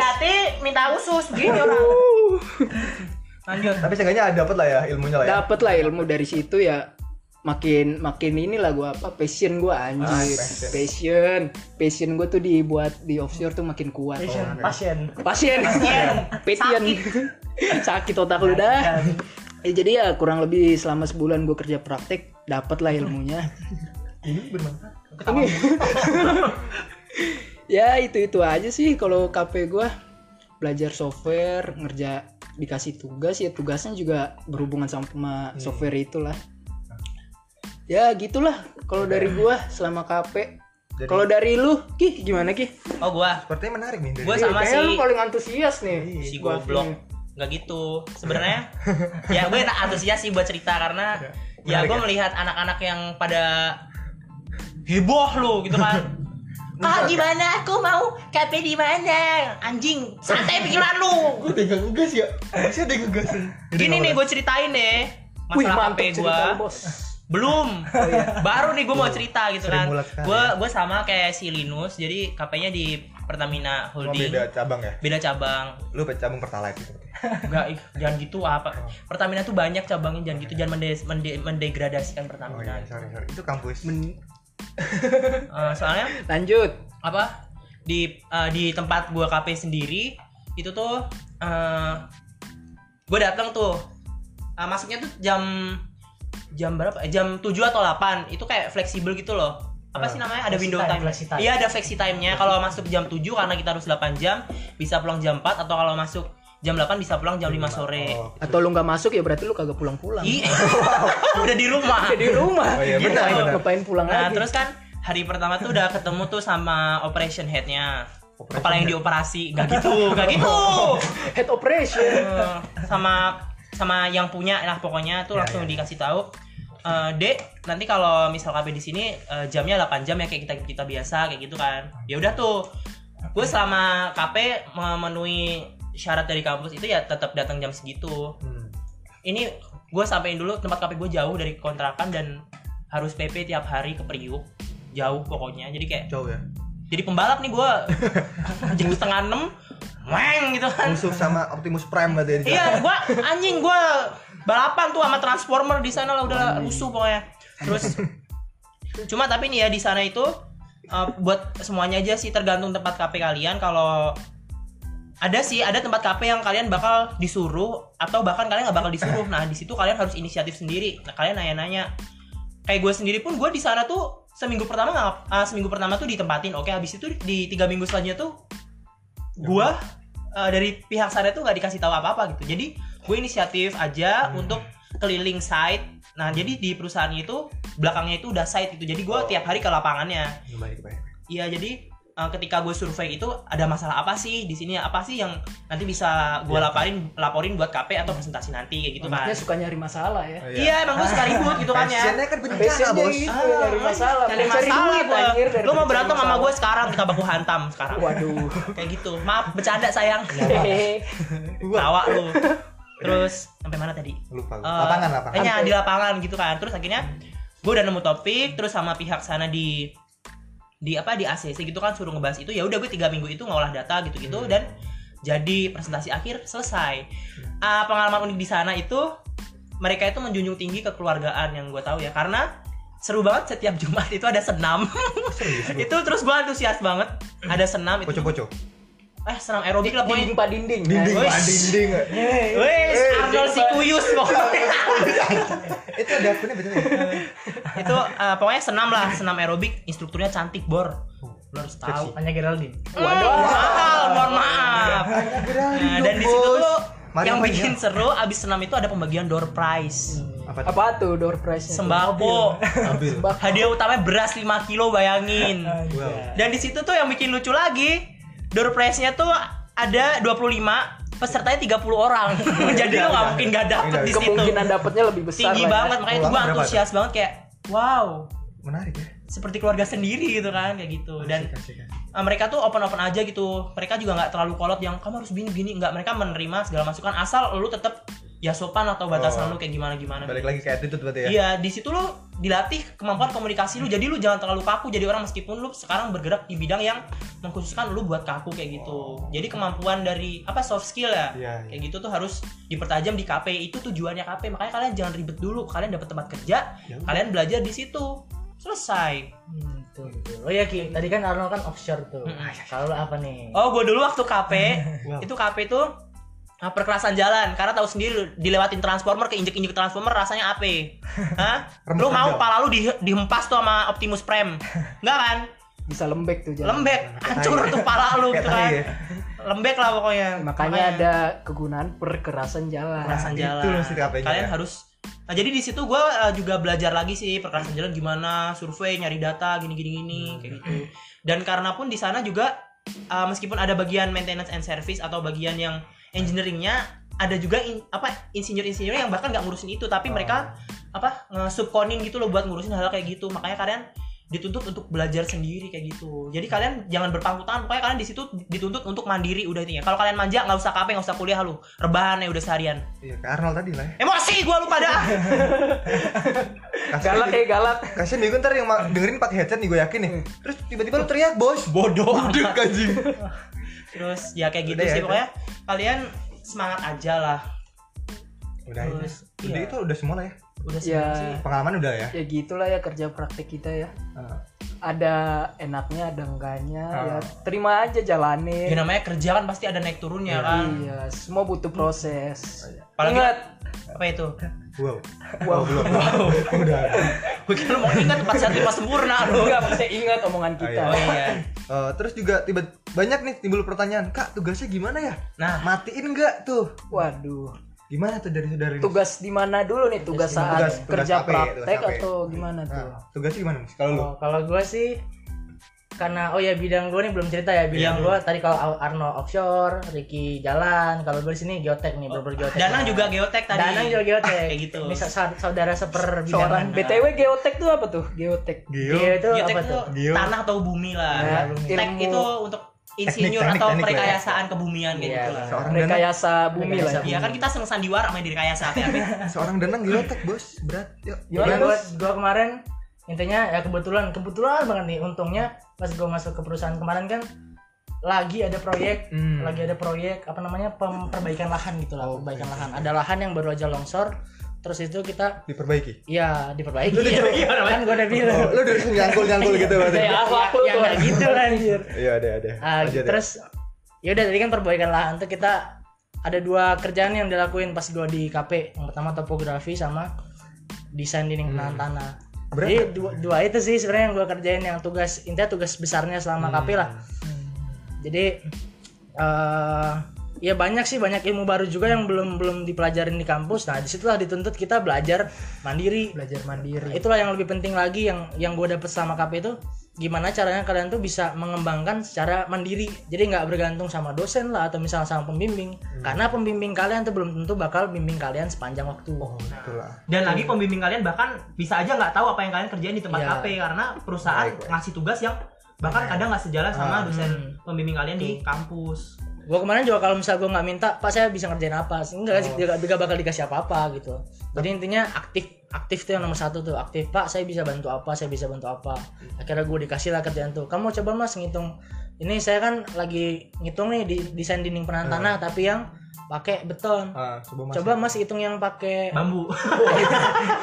S1: harus.
S4: hati, minta usus gini orang.
S1: Uh.
S4: Lanjut.
S2: Tapi seenggaknya ada dapat lah ya ilmunya lah ya.
S1: dapat lah ilmu dari situ ya makin makin inilah gue apa passion gue anjir
S2: passion.
S1: Ah, passion passion gue tuh dibuat di offshore tuh makin kuat
S3: Pasien, pasien.
S1: passion passion sakit otak lu dah ya, jadi ya kurang lebih selama sebulan gue kerja praktek dapat lah ilmunya
S2: Ini bermanfaat.
S1: Ini- [LAUGHS] ya itu itu aja sih kalau KP gue belajar software ngerja dikasih tugas ya tugasnya juga berhubungan
S2: Iya.
S1: sama software itulah ya gitulah kalau dari gue selama KP
S2: Iya. Jadi-
S1: kalau dari lu ki gimana ki
S4: Oh gua.
S2: Sepertinya menarik nih. dari-
S4: Gua sama
S1: Iya, Kayaknya lu
S4: si Iya,
S1: paling antusias nih
S4: si
S1: Buat
S4: goblok
S1: ini.
S4: nggak gitu sebenarnya
S1: [LAUGHS]
S4: ya gue tak antusias sih buat cerita karena
S1: Iya.
S4: ya
S2: Menarik
S4: gue
S2: ya?
S4: melihat anak-anak yang pada heboh lu gitu kan Kak gimana? Aku mau KP di mana? Anjing, santai pikiran lu.
S2: Gua ada yang ngegas ya. Masih ada yang ngegas.
S4: Gini nih gue ceritain deh
S1: Wih,
S4: masalah
S1: mantap
S4: KP
S1: cerita lu,
S4: gue.
S1: bos. [LAUGHS] Oh, iya.
S4: Belum. Baru nih gue mau cerita gitu
S2: sering
S4: kan.
S2: mulas sekali.
S4: Gue gue sama kayak si Linus, jadi KP-nya di Pertamina
S2: Cuma
S4: Holding.
S1: Oh,
S2: beda cabang ya.
S4: beda cabang.
S2: Lu pe- cabang pertalite gitu.
S4: Enggak, ih, jangan gitu apa. Pertamina tuh banyak cabangnya, jangan gitu, jangan mendes, mende- mendegradasikan
S2: Oh
S4: Pertamina.
S2: iya, sorry sorry. Itu kampus.
S4: Eh, soalnya
S1: lanjut
S4: apa di eh, di tempat gua KP sendiri itu tuh eh gua datang tuh Eh, masuknya tuh jam jam berapa? Eh, Jam 7 atau 8. Itu kayak fleksibel gitu loh. Apa sih namanya? Ada
S3: Flexi
S4: window
S3: time,
S4: time.
S3: flexi time.
S4: Iya, ada flexi time-nya. Kalau masuk jam 7 karena kita harus 8 jam, bisa pulang jam 4 atau kalau masuk jam 8 bisa pulang jam 5 sore.
S2: Oh.
S1: atau lu nggak masuk ya berarti lu kagak [LAUGHS] pulang pulang
S4: Ih, Iya. udah di rumah.
S1: di rumah
S2: Oh iya,
S1: Gitu.
S2: benar, benar.
S1: ngapain pulang
S4: Nah,
S1: lagi
S4: terus kan hari pertama tuh udah ketemu tuh sama operation headnya kepala yang dioperasi gak gitu gak
S1: [LAUGHS]
S4: gitu
S1: head operation
S4: Eh, sama sama yang punya lah pokoknya tuh
S2: Ya, ya.
S4: langsung dikasih tahu Eh, Dek, nanti kalau misal KB di sini eh, jamnya 8 jam ya kayak kita kita biasa kayak gitu kan. Ya udah tuh. Gue selama KP memenuhi syarat dari kampus itu ya tetap datang jam segitu.
S2: Hmm.
S4: Ini gue sampein dulu tempat KP gue jauh dari kontrakan dan harus PP tiap hari ke Priuk. Jauh pokoknya. Jadi kayak
S2: Jauh ya.
S4: jadi pembalap nih gue jam setengah enam weng gitu kan
S2: Musuh sama Optimus Prime berarti ya di sana.
S4: iya gua anjing gua balapan tuh sama transformer di sana lah udah rusuh pokoknya terus cuma tapi nih ya di sana itu eh, buat semuanya aja sih tergantung tempat KP kalian kalau ada sih ada tempat KP yang kalian bakal disuruh atau bahkan kalian nggak bakal disuruh nah di situ kalian harus inisiatif sendiri nah kalian nanya-nanya kayak gue sendiri pun gue di sana tuh seminggu pertama nggak ah, seminggu pertama tuh ditempatin oke habis itu di tiga minggu selanjutnya tuh gue eh, dari pihak sana tuh nggak dikasih tahu apa apa gitu jadi gue inisiatif aja
S1: Hmm.
S4: untuk keliling site nah jadi di perusahaan itu belakangnya itu udah site itu jadi gue tiap hari ke lapangannya
S2: Baik, baik.
S4: Iya jadi uh, ketika gue survei itu ada masalah apa sih di sini apa sih yang nanti bisa gue
S1: Iya.
S4: laporin laporin buat KP atau presentasi nanti kayak gitu kan?
S1: Anaknya suka nyari masalah ya
S2: Oh,
S4: Iya emang gue suka ribut gitu kan ya.
S2: Passionnya kan bencana,
S1: Passionnya
S2: Bos.
S1: gitu
S4: Ah,
S1: nyari masalah
S4: Cari
S1: Cari
S4: masalah
S1: duit, anjir,
S4: gue.
S1: dari
S4: Lo mau
S1: cari
S4: berantem sama
S1: masalah.
S4: gue sekarang kita baku hantam sekarang. [LAUGHS]
S1: waduh
S4: Kayak gitu. Maaf bercanda sayang.
S2: Iya,
S4: Tawa
S1: [LAUGHS]
S4: lu. Terus sampai mana tadi?
S2: Lupa. gua.
S4: Eh,
S2: lapangan, lapangan.
S4: Iya di lapangan gitu kan. Terus akhirnya gue udah nemu topik, terus sama pihak sana di di apa di ACC gitu kan suruh ngebahas itu. Ya udah gue tiga minggu itu ngolah data gitu-gitu dan jadi presentasi akhir selesai. Ah, pengalaman unik di sana itu mereka itu menjunjung tinggi kekeluargaan yang gue tahu ya karena seru banget setiap [LAUGHS] Jumat itu ada senam itu terus gue antusias banget ada senam itu
S2: Poco-poco.
S4: eh senam aerobik lah
S1: dinding
S4: pokoknya
S1: pak dinding Eh,
S2: Dinding,
S4: Wih.
S2: Pak, dinding.
S4: Wes Arnold Sikuyus pokoknya
S2: Itu ada akunnya betul ya?
S4: itu eh, pokoknya senam lah senam aerobik instrukturnya cantik bor [LAUGHS] lo harus tahu
S3: Hanya Geraldine.
S4: waduh mahal mohon maaf nah, dan di situ tuh
S2: Mari
S4: yang
S2: main,
S4: bikin
S1: ya.
S4: seru abis senam itu ada pembagian door prize
S2: Apa tuh?
S1: apa tuh Hmm, door prize
S4: sembako
S2: Ambil.
S1: sembako
S4: hadiah utamanya beras 5 kilo bayangin
S2: Wow.
S4: dan di situ tuh yang bikin lucu lagi door prize-nya tuh ada 25 pesertanya 30 orang
S1: [LAUGHS] Iya,
S4: jadi lo nggak mungkin gak dapet di situ
S1: kemungkinan dapatnya lebih besar
S4: tinggi
S1: lah ya.
S4: banget makanya itu gue
S2: Berapa tuh?
S4: antusias banget kayak wow
S2: Menarik ya. kan.
S4: seperti keluarga sendiri gitu kan kayak gitu dan
S2: Asik, asik, asik.
S4: Uh, mereka tuh open open aja gitu mereka juga nggak terlalu kolot yang kamu harus gini gini nggak mereka menerima segala masukan asal lu tetap ya sopan atau batasan
S2: Oh.
S4: lu kayak gimana gimana
S2: Balik lagi ke attitude berarti ya.
S4: iya di situ lu dilatih kemampuan komunikasi lu jadi lu jangan terlalu kaku jadi orang meskipun lu sekarang bergerak di bidang yang mengkhususkan lu buat kaku kayak gitu jadi kemampuan dari apa soft skill
S2: Iya,
S4: ya
S2: iya.
S4: kayak gitu tuh harus dipertajam di KP itu tujuannya KP makanya kalian jangan ribet dulu kalian dapat tempat kerja
S2: Ya.
S4: kalian belajar di situ selesai
S3: Hmm, tuh, gitu. Oh ya Ki, tadi kan Arnold kan offshore tuh.
S4: Mm-mm.
S3: Kalau lu apa nih?
S4: Oh, gue dulu waktu KP,
S1: [LAUGHS]
S2: Wow.
S4: itu KP itu ah, perkerasan jalan karena tahu sendiri dilewatin transformer keinjek injek transformer rasanya
S1: [LAUGHS]
S4: ape hah lu
S2: Remes
S4: mau
S2: aja.
S4: pala lu di, dihempas tuh sama Optimus
S1: [LAUGHS]
S4: Prime enggak kan
S1: bisa lembek tuh jalan
S4: lembek
S2: Kayak
S1: Iya,
S4: hancur
S2: tai.
S4: tuh pala lu
S2: Kayak
S4: gitu
S2: tai
S4: kan
S2: ya.
S4: lembek lah pokoknya
S1: makanya ada kegunaan perkerasan jalan
S4: perkerasan
S2: Nah,
S4: jalan
S2: itu loh si KP-nya
S4: kalian
S2: ya.
S4: harus Nah, jadi di situ gue juga belajar lagi sih perkerasan jalan gimana, survei, nyari data, gini gini gini kayak gitu. Dan karena pun di sana juga uh, meskipun ada bagian maintenance and service atau bagian yang engineeringnya ada juga in- apa insinyur-insinyur yang bahkan nggak ngurusin itu tapi mereka apa subkonin gitu loh buat ngurusin hal kayak gitu makanya kalian dituntut untuk belajar sendiri kayak gitu jadi kalian jangan berpangku tangan pokoknya kalian di situ dituntut untuk mandiri udah intinya kalau kalian manja nggak usah kape nggak usah kuliah lu rebahan ya udah seharian
S2: Iya, ke Arnold tadi lah. ya.
S4: emosi gua lu pada
S2: Kasihan
S1: galak ya.
S2: nih-
S1: kayak galak
S2: Kasihan nih gue ntar yang ma- dengerin pakai headset nih gue yakin nih. Terus tiba-tiba lu teriak, Bos.
S4: bodoh
S2: Budek anjing.
S4: terus ya kayak gitu
S2: Udah ya,
S4: sih
S2: udah.
S4: pokoknya kalian semangat aja lah
S2: Udah itu.
S4: terus
S2: Udah
S4: iya,
S2: itu udah semua lah ya.
S4: udah
S1: Ya.
S4: seneng sih
S2: Pengalaman udah ya. Ah.
S1: ya gitulah ya kerja praktek kita ya
S2: Heeh.
S1: ada enaknya ada enggaknya
S2: Ah.
S1: ya terima aja jalanin
S4: ya namanya kerja kan pasti ada naik turunnya kan
S1: iya semua butuh proses
S4: Apalagi-
S1: ingat
S4: apa itu
S2: Wow. Oh,
S1: wow
S2: [LAUGHS] Udah.
S4: gue kira lu mau ingat tempat sehat lima sempurna
S1: [LAUGHS]
S4: lu
S1: enggak maksudnya ingat omongan kita
S4: oh iya
S2: Eh, terus juga tiba banyak nih timbul pertanyaan, "Kak, tugasnya gimana ya?"
S4: nah
S2: Matiin enggak tuh?
S1: waduh
S2: Gimana tuh dari saudara Rinus?
S1: tugas di mana dulu nih tugas
S2: di mana?
S1: saat
S2: Tugas- tugas
S1: kerja
S2: apa ya? Tugas apa
S1: praktek
S2: ya?
S1: atau gimana tuh
S2: Nah, tugasnya gimana Mas? Kalau lu?
S3: Oh, kalau gue sih karena oh ya bidang gue nih belum cerita ya
S4: Iya.
S3: bidang gue tadi kalau Arno offshore, Ricky jalan, kalau gue di sini geotek nih, berber geotek.
S4: Oh, Danang juga geotek tadi.
S3: Danang juga geotek.
S4: Kayak gitu.
S3: Ini sa- saudara seper
S1: seorang btw geotek tuh apa tuh geotek
S2: Geo.
S3: Geo itu
S4: Geotek
S3: apa
S4: itu
S3: tuh?
S2: Geo.
S4: tanah atau bumi
S1: Ya,
S4: lah.
S3: bumi.
S4: Tek
S1: ilmu-
S4: itu untuk insinyur
S2: teknik,
S4: atau
S2: teknik lah ya.
S4: perkayasaan kebumian kayak
S1: Iya,
S4: gitu lah.
S2: Seorang danang,
S1: rekayasa bumi
S3: Rekayasa
S1: lah ya.
S4: Iya kan kita seneng sandiwara main di rekayasa hati-hati.
S2: [LAUGHS] seorang danang geotek, Bos. Berat. Yuk.
S3: Gimana
S2: Gimana,
S3: gue
S2: Mas?
S3: kemarin intinya ya kebetulan kebetulan banget nih untungnya pas gue masuk ke perusahaan kemarin kan lagi ada proyek
S2: Hmm.
S3: lagi ada proyek apa namanya pem- perbaikan lahan gitu
S4: Oh,
S3: lah perbaikan lahan ada lahan yang baru aja longsor terus itu kita
S2: Diperbaiki.
S3: ya
S2: Iya,
S3: diperbaiki kan gue udah bilang
S2: Oh, lu udah nyangkul-nyangkul gitu berarti.
S1: Ya, akhlak lu
S3: yang
S1: tuh.
S3: kayak gitu [LAUGHS] anjir
S2: Iya, ada ada.
S3: Iya. Ah,
S2: Lanjut, ya.
S3: terus ya udah tadi kan perbaikan lahan tuh kita ada dua kerjaan yang dilakuin pas gua di KP. Yang pertama topografi sama desain dinding penahan tanah.
S2: Hmm. Berat
S3: Jadi dua, dua itu sih sebenarnya yang gua kerjain yang tugas intinya tugas besarnya selama KP
S2: Hmm.
S3: lah. Jadi eh ya banyak sih banyak ilmu baru juga yang belum belum dipelajarin di kampus. Nah, disitulah dituntut kita belajar mandiri.
S1: belajar mandiri
S3: Itulah yang lebih penting lagi yang yang gue dapet selama KP itu gimana caranya kalian tuh bisa mengembangkan secara mandiri. Jadi nggak bergantung sama dosen lah atau misalnya sama pembimbing. Karena pembimbing kalian tuh belum tentu bakal bimbing kalian sepanjang waktu.
S2: Oh, Itulah.
S4: Dan lagi pembimbing kalian bahkan bisa aja nggak tahu apa yang kalian kerjain di tempat
S3: Iya.
S4: KP karena perusahaan
S2: Baik, baik.
S4: ngasih tugas yang bahkan kadang nggak sejalan sama
S2: Ah.
S4: dosen
S3: Hmm.
S4: pembimbing kalian di kampus.
S3: Gue kemarin juga kalau misalnya gue nggak minta, Pak saya bisa ngerjain apa? Enggak, sih, nggak nggak bakal dikasih apa-apa gitu. Jadi intinya aktif aktif tuh yang nomor satu tuh aktif pak saya bisa bantu apa saya bisa bantu apa akhirnya gue dikasih lah kerjaan tuh kamu coba mas ngitung ini saya kan lagi ngitung nih di desain dinding penahan tanah tapi yang pakai beton
S2: Ah, coba Mas.
S3: coba Iya. mas ya. hitung yang pakai [LAUGHS]
S4: Bambu.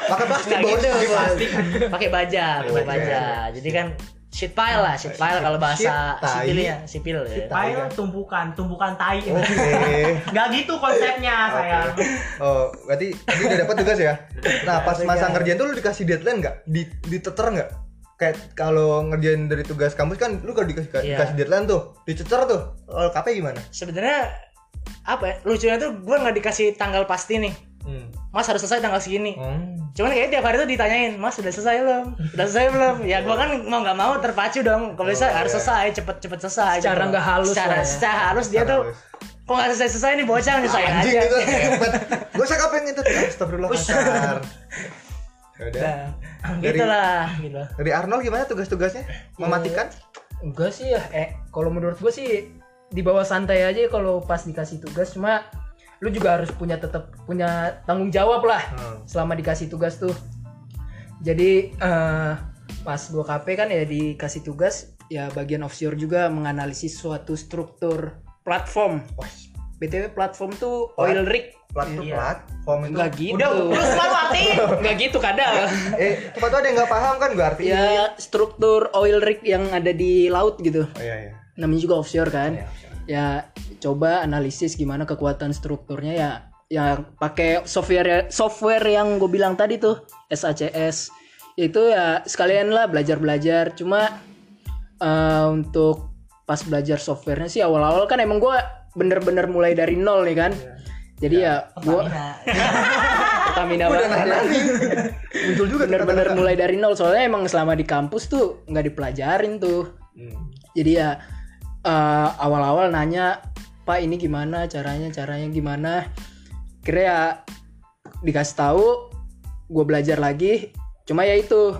S2: Pakai plastik,
S3: Nggak
S2: Bos.
S3: gitu,
S2: Pakai
S3: Bos.
S2: plastik.
S3: pakai baja pakai
S2: Pakai
S3: baja jadi kan sheet pile lah sheet pile kalau bahasa
S2: Sheet tai.
S3: sipil ya sipil ya
S2: tai.
S4: Pile tumpukan, tumpukan tai.
S2: Oke.
S4: Gak gitu konsepnya sayang.
S2: Oh, berarti tadi udah dapat tugas ya? Nah, pas masa ngerjain tuh lu dikasih deadline nggak? Di diteter nggak? Kayak kalau ngerjain dari tugas kampus kan lu kalau dikasih,
S3: Iya.
S2: dikasih deadline tuh, dicecer tuh. Oh, KP gimana?
S3: sebenarnya apa ya, lucunya tuh gue nggak dikasih tanggal pasti nih
S2: Hmm.
S3: mas harus selesai tanggal segini
S2: Hmm.
S3: Cuman kayaknya tiap hari tuh ditanyain, Mas udah selesai belum? Udah selesai belum? Ya gua kan mau nggak mau terpacu dong. Kalau bisa
S2: Oh,
S3: harus
S2: iya.
S3: selesai, cepet-cepet selesai.
S1: Secara nggak halus
S3: Secara,
S1: lah ya.
S3: secara halus dia
S2: Secara
S3: tuh,
S2: halus.
S3: kok nggak selesai-selesai nih bocah nyusahin
S2: Anjing
S3: aja.
S2: gitu, hebat. Gua usah KP ngintip. Astagfirullah kasar. Ya udah.
S3: Nah,
S2: Dari-
S3: gitu lah, gitu.
S2: Dari Arnold gimana tugas-tugasnya? Mematikan?
S1: enggak sih ya eh kalau menurut gue sih di bawah santai aja kalau pas dikasih tugas cuma lu juga harus punya tetap punya tanggung jawab lah
S2: Hmm.
S1: selama dikasih tugas tuh jadi eh pas gua KP kan ya dikasih tugas ya bagian offshore juga menganalisis suatu struktur platform
S2: Wah,
S1: btw platform tuh oil rig
S2: plat tuh plat, form itu.
S1: enggak gitu
S4: Udah, Iya. terus mati.
S1: [LAUGHS] enggak gitu kadang
S2: Eh, tempat tuh ada yang nggak paham kan gua artiin.
S1: ya struktur oil rig yang ada di laut gitu
S2: Oh iya iya.
S1: namanya juga offshore kan
S2: Iya,
S1: ya coba analisis gimana kekuatan strukturnya ya ya pakai software ya, software yang gue bilang tadi tuh SACS itu ya sekalian lah belajar belajar cuma eh, untuk pas belajar softwarenya sih awal-awal kan emang gue bener-bener mulai dari nol nih kan
S2: Iya.
S1: jadi ya, gue Pertamina
S2: Udah
S1: banget
S2: nanya nih. Muncul juga tuh
S1: bener-bener
S2: kata-kata.
S1: mulai dari nol soalnya emang selama di kampus tuh nggak dipelajarin tuh
S2: Hmm.
S1: jadi ya eh, awal-awal nanya pak ini gimana caranya caranya gimana kira ya dikasih tahu gue belajar lagi cuma ya itu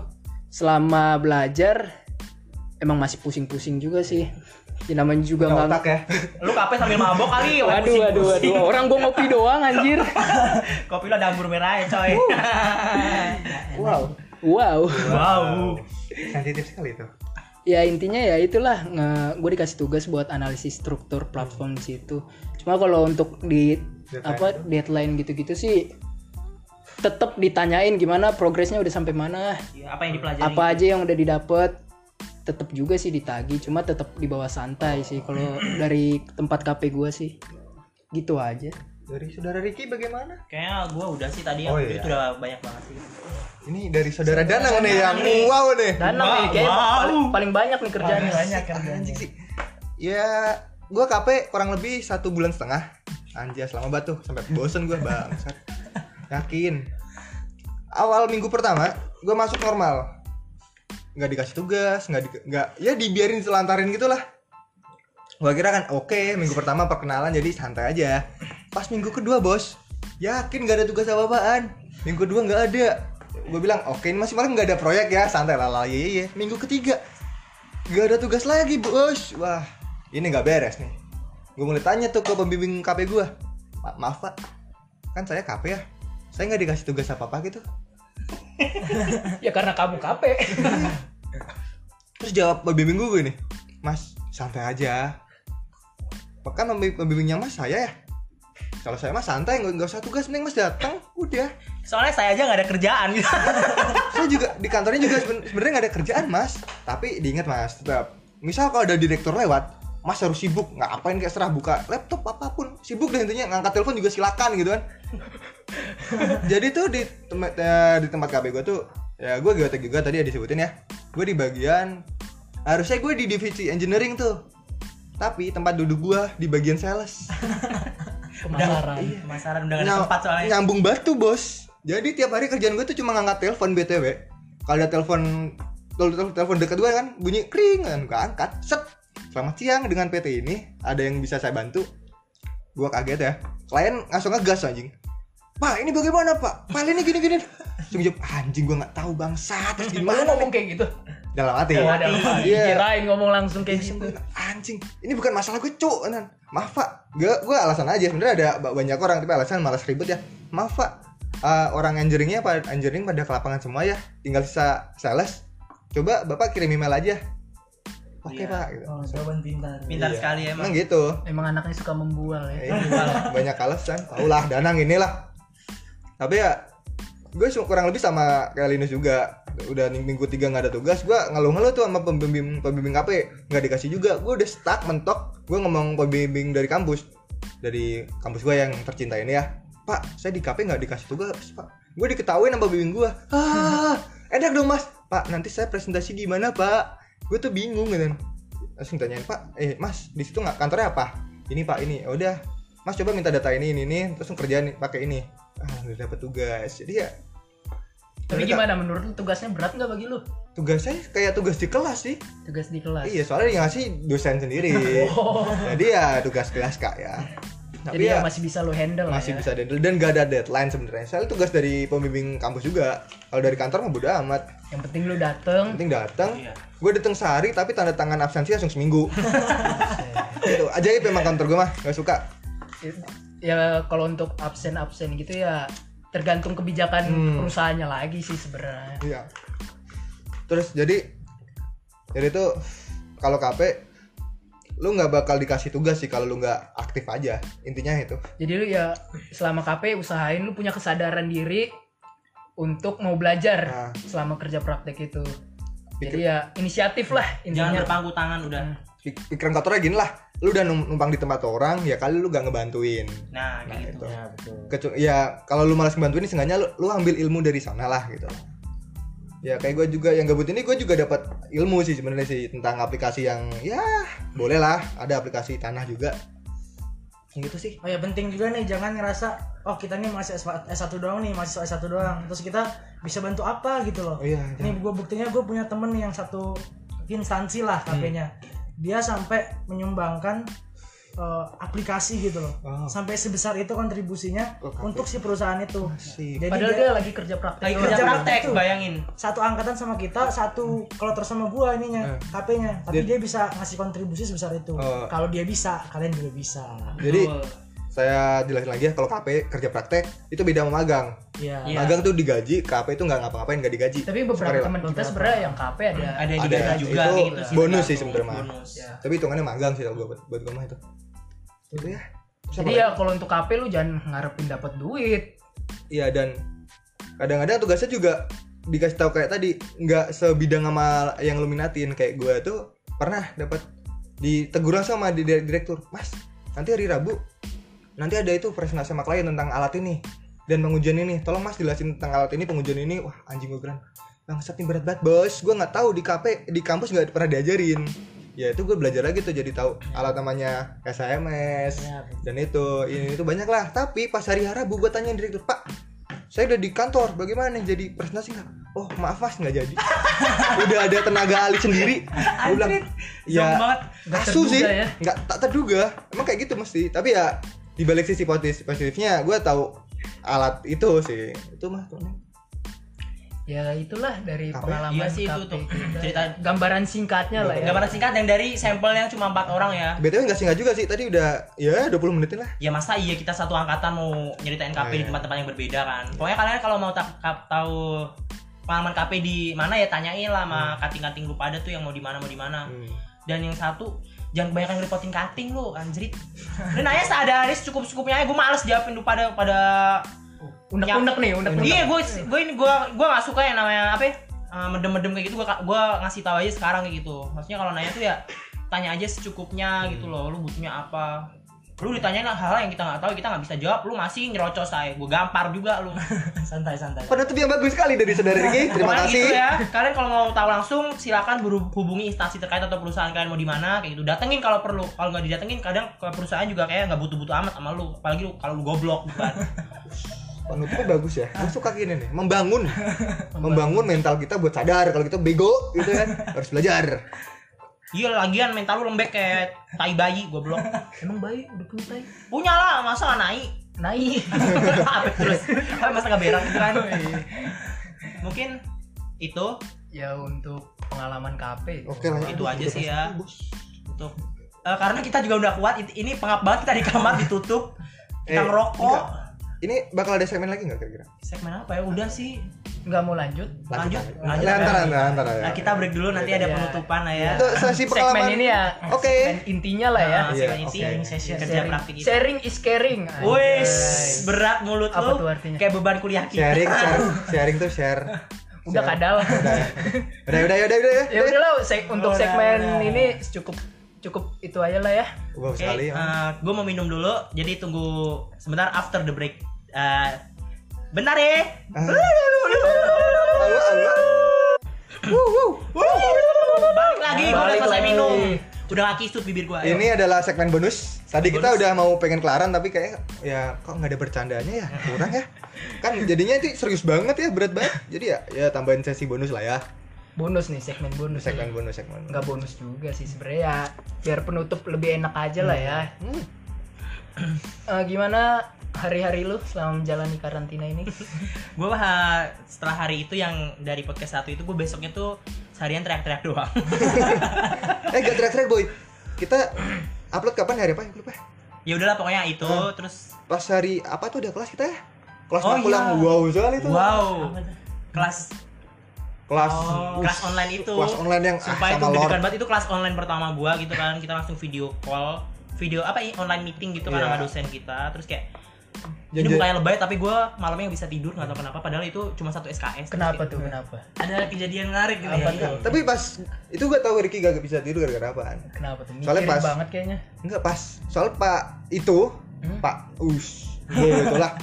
S1: selama belajar emang masih pusing-pusing juga sih ya namanya juga
S2: Punya
S1: nggak
S2: otak ya.
S4: Lu kape sambil mabok kali. wah,
S1: waduh waduh
S4: pusing-pusing.
S1: waduh orang gue ngopi doang anjir
S4: Kopi lu ada anggur merah ya coy.
S1: wow wow
S4: wow.
S2: Sensitif sekali tuh.
S1: ya intinya ya itulah gue dikasih tugas buat analisis struktur platform di situ cuma kalau untuk di
S2: Deadline
S1: apa Hmm. deadline gitu-gitu sih tetap ditanyain gimana progresnya udah sampai mana
S4: Ya, Apa yang dipelajari?
S1: apa aja yang udah didapat tetap juga sih ditagi cuma tetap di bawah santai sih [CLEARS THROAT] kalau dari tempat KP gue sih gitu aja
S2: Dari saudara Ricky bagaimana?
S4: Kayaknya gua udah sih tadi
S2: Oh,
S4: yang
S2: iya.
S4: itu udah banyak banget sih.
S2: Ini dari saudara Danang nih yang wow nih.
S1: dan
S4: Wow,
S1: nih kayaknya
S4: wow.
S1: paling, paling banyak nih
S3: ya.
S1: kerjaannya
S3: banyak kerjanya.
S2: Anjing sih. Ya, gua KP kurang lebih satu bulan setengah. Anjas lama banget tuh sampai bosen gue bangsat. Yakin. Awal minggu pertama gue masuk normal. Nggak dikasih tugas, nggak di, nggak ya dibiarin selantarin gitulah. Gue kira kan oke minggu pertama perkenalan jadi santai aja. Pas minggu kedua bos, yakin nggak ada tugas apa-apaan. Minggu kedua nggak ada. Gue bilang oke ini masih paling nggak ada proyek ya santai lah lah iya iya. Minggu ketiga nggak ada tugas lagi bos. Wah ini nggak beres nih gue mulai tanya tuh ke pembimbing KP gue Ma- maaf pak kan saya KP ya saya nggak dikasih tugas apa apa gitu
S1: ya karena kamu KP
S2: terus jawab pembimbing gue gini mas santai aja bahkan pembi- pembimbingnya mas saya ya kalau saya mas santai nggak nggak usah tugas mending mas datang udah
S4: Soalnya saya aja nggak ada kerjaan.
S2: saya juga di kantornya juga seben- sebenarnya nggak ada kerjaan mas tapi diingat mas tetap misal kalau ada direktur lewat mas harus sibuk ngapain kayak serah buka laptop apapun sibuk deh intinya ngangkat telepon juga silakan gitu kan jadi tuh di tempat eh, di tempat KB gue tuh ya gue geotek juga tadi ya disebutin ya gue di bagian harusnya gue di divisi engineering tuh tapi tempat duduk gue di bagian sales
S1: pemasaran
S4: Iya, Pemasaran udah nggak ada
S2: Nah,
S4: tempat soalnya.
S2: Nyambung batu bos. Jadi tiap hari kerjaan gue tuh cuma ngangkat telepon btw. Kalau ada telepon tel- tel- telepon dekat gue kan bunyi kring kan gue angkat. Set. Selamat siang dengan PT ini ada yang bisa saya bantu? Gue kaget ya. Klien langsung ngegas anjing. Pak, ini bagaimana pak? File ini gini-gini. Langsung jawab, anjing gue nggak tahu bangsa. Terus [LAUGHS]
S1: Lu
S2: gimana?
S1: ngomong kayak gitu
S2: Dalam hati.
S1: Oh, ada apa?
S2: Iya
S1: Kirain ngomong langsung kayak gitu.
S2: anjing ini bukan masalah gue cuk Nan. maaf pak gue gue alasan aja sebenarnya ada ba- banyak orang tapi alasan malas ribet ya maaf pak Eh, orang engineeringnya pada engineering pada ke lapangan semua ya tinggal sisa sales coba bapak kirim email aja oke
S4: Iya.
S2: pak gitu.
S3: Oh, jawaban pintar.
S4: Pintar
S2: Iya.
S4: sekali emang.
S2: emang gitu
S1: Emang anaknya suka membual ya.
S2: Eh, banyak alasan tau lah danang inilah tapi ya gue su- kurang lebih sama kayak Linus juga udah ning- minggu tiga nggak ada tugas gue ngeluh-ngeluh tuh sama pembimbing pembimbing KP nggak dikasih juga gue udah stuck mentok gue ngomong pembimbing dari kampus dari kampus gue yang tercinta ini ya pak saya di KP nggak dikasih tugas pak gue diketawain sama pembimbing gue ah enak dong mas pak nanti saya presentasi gimana pak gue tuh bingung gitu langsung tanyain pak eh mas di situ nggak kantornya apa ini pak ini "Ya udah mas coba minta data ini ini ini terus kerjaan pakai ini ah udah dapet tugas jadi ya
S1: Tapi gimana menurut lu tugasnya berat nggak bagi lu?
S2: tugasnya kayak tugas di kelas sih
S1: Tugas di kelas.
S2: iya soalnya yang ngasih dosen
S1: [LAUGHS]
S2: sendiri
S1: Oh,
S2: jadi ya tugas kelas kak ya tapi
S1: jadi ya
S2: ya
S1: masih bisa lu handle lah
S2: masih
S1: ya.
S2: bisa deadline dan gak ada deadline sebenarnya soalnya tugas dari pembimbing kampus juga kalau dari kantor mah bodo amat
S1: Yang penting lu dateng.
S2: penting datang
S4: Iya.
S2: gue datang sehari tapi tanda tangan absensi langsung seminggu itu ajaib emang kantor gue mah gak suka
S1: Ya kalau untuk absen-absen gitu ya tergantung kebijakan
S2: Hmm.
S1: perusahaannya lagi sih sebenarnya.
S2: Iya. Terus jadi jadi tuh kalau KP lu nggak bakal dikasih tugas sih kalau lu nggak aktif aja intinya itu
S1: Jadi lu ya selama KP usahain lu punya kesadaran diri untuk mau belajar
S2: Nah.
S1: selama kerja praktek itu.
S2: Pikir-
S1: Jadi ya inisiatif lah
S2: Iya.
S4: Jangan
S1: intinya.
S4: berpangku tangan udah. Nah,
S2: Pik- pikiran kantornya gini lah lu udah num- numpang di tempat orang ya kali lu gak ngebantuin
S4: Nah,
S2: Nah,
S4: kayak gitu.
S2: itu.
S3: Ya, betul.
S2: Kecu- ya kalau lu malas ngebantuin seenggaknya lu, lu ambil ilmu dari sana lah gitu ya kayak gue juga yang gabut ini gue juga dapat ilmu sih sebenarnya sih tentang aplikasi yang ya boleh lah ada aplikasi tanah juga yang gitu sih
S3: Oh ya penting juga nih jangan ngerasa oh kita nih masih S1 doang nih masih S1 doang terus kita bisa bantu apa gitu loh.
S2: oh iya
S3: Ini gue buktinya gue punya temen yang satu instansi lah KP-nya. Dia sampai menyumbangkan eh, aplikasi gitu loh.
S2: Oh.
S3: Sampai sebesar itu kontribusinya
S2: Oh, KP.
S3: untuk si perusahaan itu.
S2: Masih.
S3: Jadi
S1: Padahal
S3: dia
S2: ya.
S1: dia lagi kerja praktek.
S4: Lagi
S1: doang.
S4: kerja
S3: Jangan
S4: praktek,
S3: gitu.
S4: bayangin.
S3: satu angkatan sama kita, satu kloter sama gua ininya, KP-nya. Tapi dia bisa ngasih kontribusi sebesar itu.
S2: Eh. Oh.
S3: Kalau dia bisa, kalian juga bisa.
S2: jadi
S4: Betul.
S2: saya jelasin lagi ya kalau KP kerja praktek itu beda sama magang
S3: Iya.
S4: Iya.
S2: magang tuh digaji KP itu nggak ngapa-ngapain nggak digaji
S1: Tapi beberapa
S2: Sorry lah.
S1: teman kita sebenarnya yang KP ada.
S4: ada yang
S2: Ada,
S4: digaji
S2: Iya. itu
S4: juga kayak gitu
S2: bonus
S4: tergantung.
S2: sih sebenarnya Iya. mah.
S4: Bonus.
S1: Ya.
S2: tapi hitungannya magang sih kalau gue buat, buat gue mah itu itu ya Terus
S1: Jadi
S2: apa
S1: ya
S2: lagi?
S1: kalau untuk KP lu jangan ngarepin dapat duit.
S2: iya dan kadang-kadang tugasnya juga dikasih tahu kayak tadi nggak sebidang sama yang lu minatin kayak gue tuh pernah dapat ditegur langsung sama di- di- direktur mas nanti hari Rabu nanti ada itu presentasi sama klien tentang alat ini dan pengujian ini tolong mas jelasin tentang alat ini pengujian ini wah anjing gue keren bangsat nih berat banget bos gue nggak tahu di KP di kampus nggak pernah diajarin ya itu gue belajar lagi tuh jadi tahu alat namanya SMS
S3: Ya, betul.
S2: dan itu ini itu banyak lah tapi pas hari Rabu gue tanya direktur Pak saya udah di kantor bagaimana nih jadi presentasi nggak oh maaf mas nggak jadi [LAUGHS] udah ada tenaga alih sendiri gue bilang
S4: Serem
S2: ya
S4: banget.
S1: Nggak
S2: asu
S1: terduga
S2: sih
S1: ya.
S2: nggak tak terduga emang kayak gitu mesti tapi ya di balik sisi positif positifnya gue tahu alat itu sih itu mah temennya.
S1: ya itulah dari
S2: Kafe?
S1: pengalaman
S4: Iya sih, itu
S1: kafe.
S4: tuh.
S1: Udah,
S4: Cerita.
S1: gambaran singkatnya lah ya
S4: Gambaran singkat yang dari sampel yang cuma empat orang ya.
S2: btw nggak singgah juga sih tadi udah ya 20 menitin lah
S4: Ya masa iya kita satu angkatan mau nyeritain
S2: Oh,
S4: KP di
S2: iya.
S4: tempat-tempat yang berbeda kan. Pokoknya kalian kalau mau tak kap- tahu pengalaman KP di mana ya tanyain lah sama
S2: Iya.
S4: kating-kating lu pada tuh yang mau di mana mau di mana.
S2: Hmm.
S4: Dan yang satu jangan kebanyakan ngeripotin kating lu anjrit. Lu nanya seadanya cukup-cukupnya aja gue males jawabin lu pada pada
S1: unek-unek nih unek-unek
S4: Iya, gue gue ini gue gue nggak suka yang namanya apa ya? eh, medem-medem kayak gitu gue gue ngasih tahu aja sekarang kayak gitu. Maksudnya kalau nanya tuh ya tanya aja secukupnya gitu loh. Lu butuhnya apa? Lu ditanyain hal-hal yang kita nggak tahu, kita nggak bisa jawab. Lu masih nyerocos saya. Gue gampar juga lu.
S3: [LAUGHS] santai santai
S2: Penutup yang bagus sekali dari saudara Riki. Terima
S4: Pokoknya
S2: kasih.
S4: gitu ya. Kalian kalau mau tahu langsung silakan buru- hubungi instansi terkait atau perusahaan kalian mau di mana kayak gitu. Datengin kalau perlu. Kalau nggak didatengin kadang ke perusahaan juga kayak nggak butuh-butuh amat sama lu. Apalagi lu- kalau lu goblok
S2: [LAUGHS]
S4: bukan.
S2: Penutupnya bagus ya. Gue suka gini nih, membangun. membangun mental kita buat sadar kalau kita bego gitu kan. Harus belajar.
S4: Iya lagian mental lu lembek kayak tai bayi goblok.
S1: emang bayi udah punya tai?
S4: Punya lah masa naik.
S2: [LAUGHS]
S1: naik
S4: apa terus apa masa nggak berak gitu
S2: Oh,
S4: kan
S2: iya.
S4: mungkin itu
S1: ya untuk pengalaman KP
S2: Oke lah.
S4: Itu aja sih ya.
S2: Bos.
S4: untuk eh, karena kita juga udah kuat it- ini pengap banget kita di kamar ditutup kita
S2: Eh,
S4: ngerokok
S2: enggak. Ini bakal ada segmen lagi nggak kira-kira?
S4: segmen apa ya udah sih
S1: nggak mau lanjut
S4: Lanjut,
S2: aja.
S4: lanjut
S2: Nah,
S4: aja.
S2: Ntar, ntar, ntar.
S4: nah, kita break dulu nanti ada
S1: Iya.
S4: penutupan lah ya
S2: Itu sesi
S1: segmen
S2: pengalaman.
S1: ini ya
S2: Oke.
S1: segmen intinya lah ya
S4: Nah, segmen
S2: Iya,
S4: ini
S2: oke.
S4: session kerja
S1: sharing,
S4: praktik kita
S1: sharing is caring
S4: Wes,
S1: Anjay.
S4: berat mulut
S1: Apa
S4: lu
S1: tuh artinya?
S4: kayak beban kuliah kita
S2: Sharing, share, sharing tuh share.
S1: udah
S2: Share.
S1: kadal
S2: Udah ya. Udah, udah, udah, udah.
S1: ya udah lah se- untuk
S3: Udah,
S1: segmen
S3: udah.
S1: ini cukup cukup itu aja lah ya
S2: Wow,
S4: Oke, eh.
S2: sekali. Ah. emang.
S4: gue mau minum dulu, jadi tunggu sebentar after the break. Eh, bentar ya.
S2: Halo, halo.
S4: Balik lagi, gue udah
S1: Balik
S4: selesai
S1: lagi.
S4: minum. Udah gak kisut bibir gue.
S2: Ini adalah segmen bonus. Tadi
S4: Bonus.
S2: kita udah mau pengen kelaran tapi kayak ya kok nggak ada bercandanya ya kurang ya. Kan jadinya itu serius banget ya berat banget. Jadi ya ya tambahin sesi bonus lah ya.
S1: bonus nih segmen bonus
S2: Segmen bonus segmen. Bonus.
S1: nggak bonus juga sih sebenarnya ya biar penutup lebih enak aja
S4: Iya.
S1: lah ya
S2: Hmm.
S1: Eh, gimana hari-hari lu selama menjalani karantina ini
S4: Gue setelah hari itu yang dari podcast satu itu gue besoknya tuh seharian teriak-teriak doang. [LAUGHS]
S2: Eh gak teriak-teriak boy. Kita upload kapan hari apa? Lupa.
S4: ya udahlah pokoknya itu
S2: Hmm.
S4: terus
S2: Pas hari apa tuh ada kelas kita ya? Kelas oh,
S4: Oh,
S2: pulang
S4: iya.
S2: wow sekali tuh.
S4: wow. Kelas
S2: Kelas
S4: Oh,
S2: us-
S4: kelas online itu.
S2: Kelas online yang ah,
S4: Sumpah itu
S2: sama Lord.
S4: gede banget itu kelas online pertama gua gitu kan. Kita langsung video call, video apa i- online meeting gitu kan
S2: Iya.
S4: sama dosen kita. Terus kayak ini
S2: Jadi-
S4: bukannya lebay tapi gua malamnya nggak bisa tidur nggak tahu kenapa padahal itu cuma satu SKS. Terus
S1: [LAUGHS] kenapa
S4: kayak,
S1: tuh kenapa
S4: Ada kejadian menarik gitu.
S1: Apa
S4: Iya.
S1: tuh?
S2: Tapi pas itu gue tahu Ricky gak bisa tidur gara-gara apaan.
S1: kenapa tuh
S2: Soalnya
S1: mikirin
S2: pas-
S1: banget kayaknya
S2: Enggak pas. Soal Pak itu,
S1: Hmm?
S2: Pak Us. Gue itulah.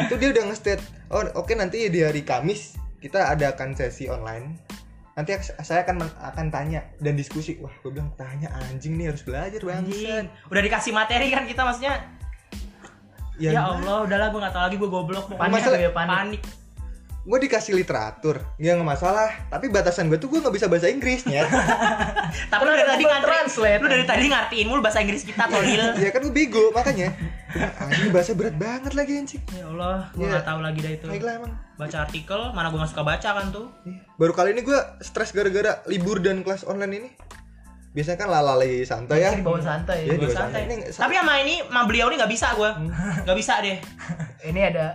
S2: itu dia udah nge-state, "Oh, oke nanti di hari Kamis kita adakan sesi online." Nanti ak- saya akan men- akan tanya dan diskusi. Wah, gue bilang tanya anjing nih harus belajar, Bang.
S4: Anjing. Udah dikasih materi kan kita maksudnya. Ya, Allah, udahlah gua nggak tahu lagi gua goblok mau
S1: panik
S2: Masalah-
S1: tuh ya panik
S4: panik.
S2: Gue dikasih literatur, Ya, nggak nggak masalah. Tapi batasan gue tuh gue nggak bisa bahasa Inggrisnya.
S4: Tapi lu dari
S1: Padahal
S4: tadi
S1: Google
S4: ngantre-
S1: Translate.
S4: Lu dari tadi ngartiin mulu bahasa Inggris kita tolil.
S2: ya kan gue bego makanya. Gua bilang, Anjing bahasa berat banget lagi anjing.
S4: ya Allah, gua
S2: Iya.
S4: nggak tahu lagi dah itu.
S2: Baiklah emang.
S4: Baca artikel, mana gua nggak suka baca kan tuh.
S2: Baru kali ini gue stres gara-gara libur dan kelas online ini. Biasanya kan lala lagi santai ya.
S1: di bawah santai
S2: Iya, di
S4: Gua
S2: bawah
S4: santai.
S2: santai. Ini nggak-
S4: Tapi sama ini, sama beliau ini nggak bisa gua. Nggak bisa deh.
S1: ini ada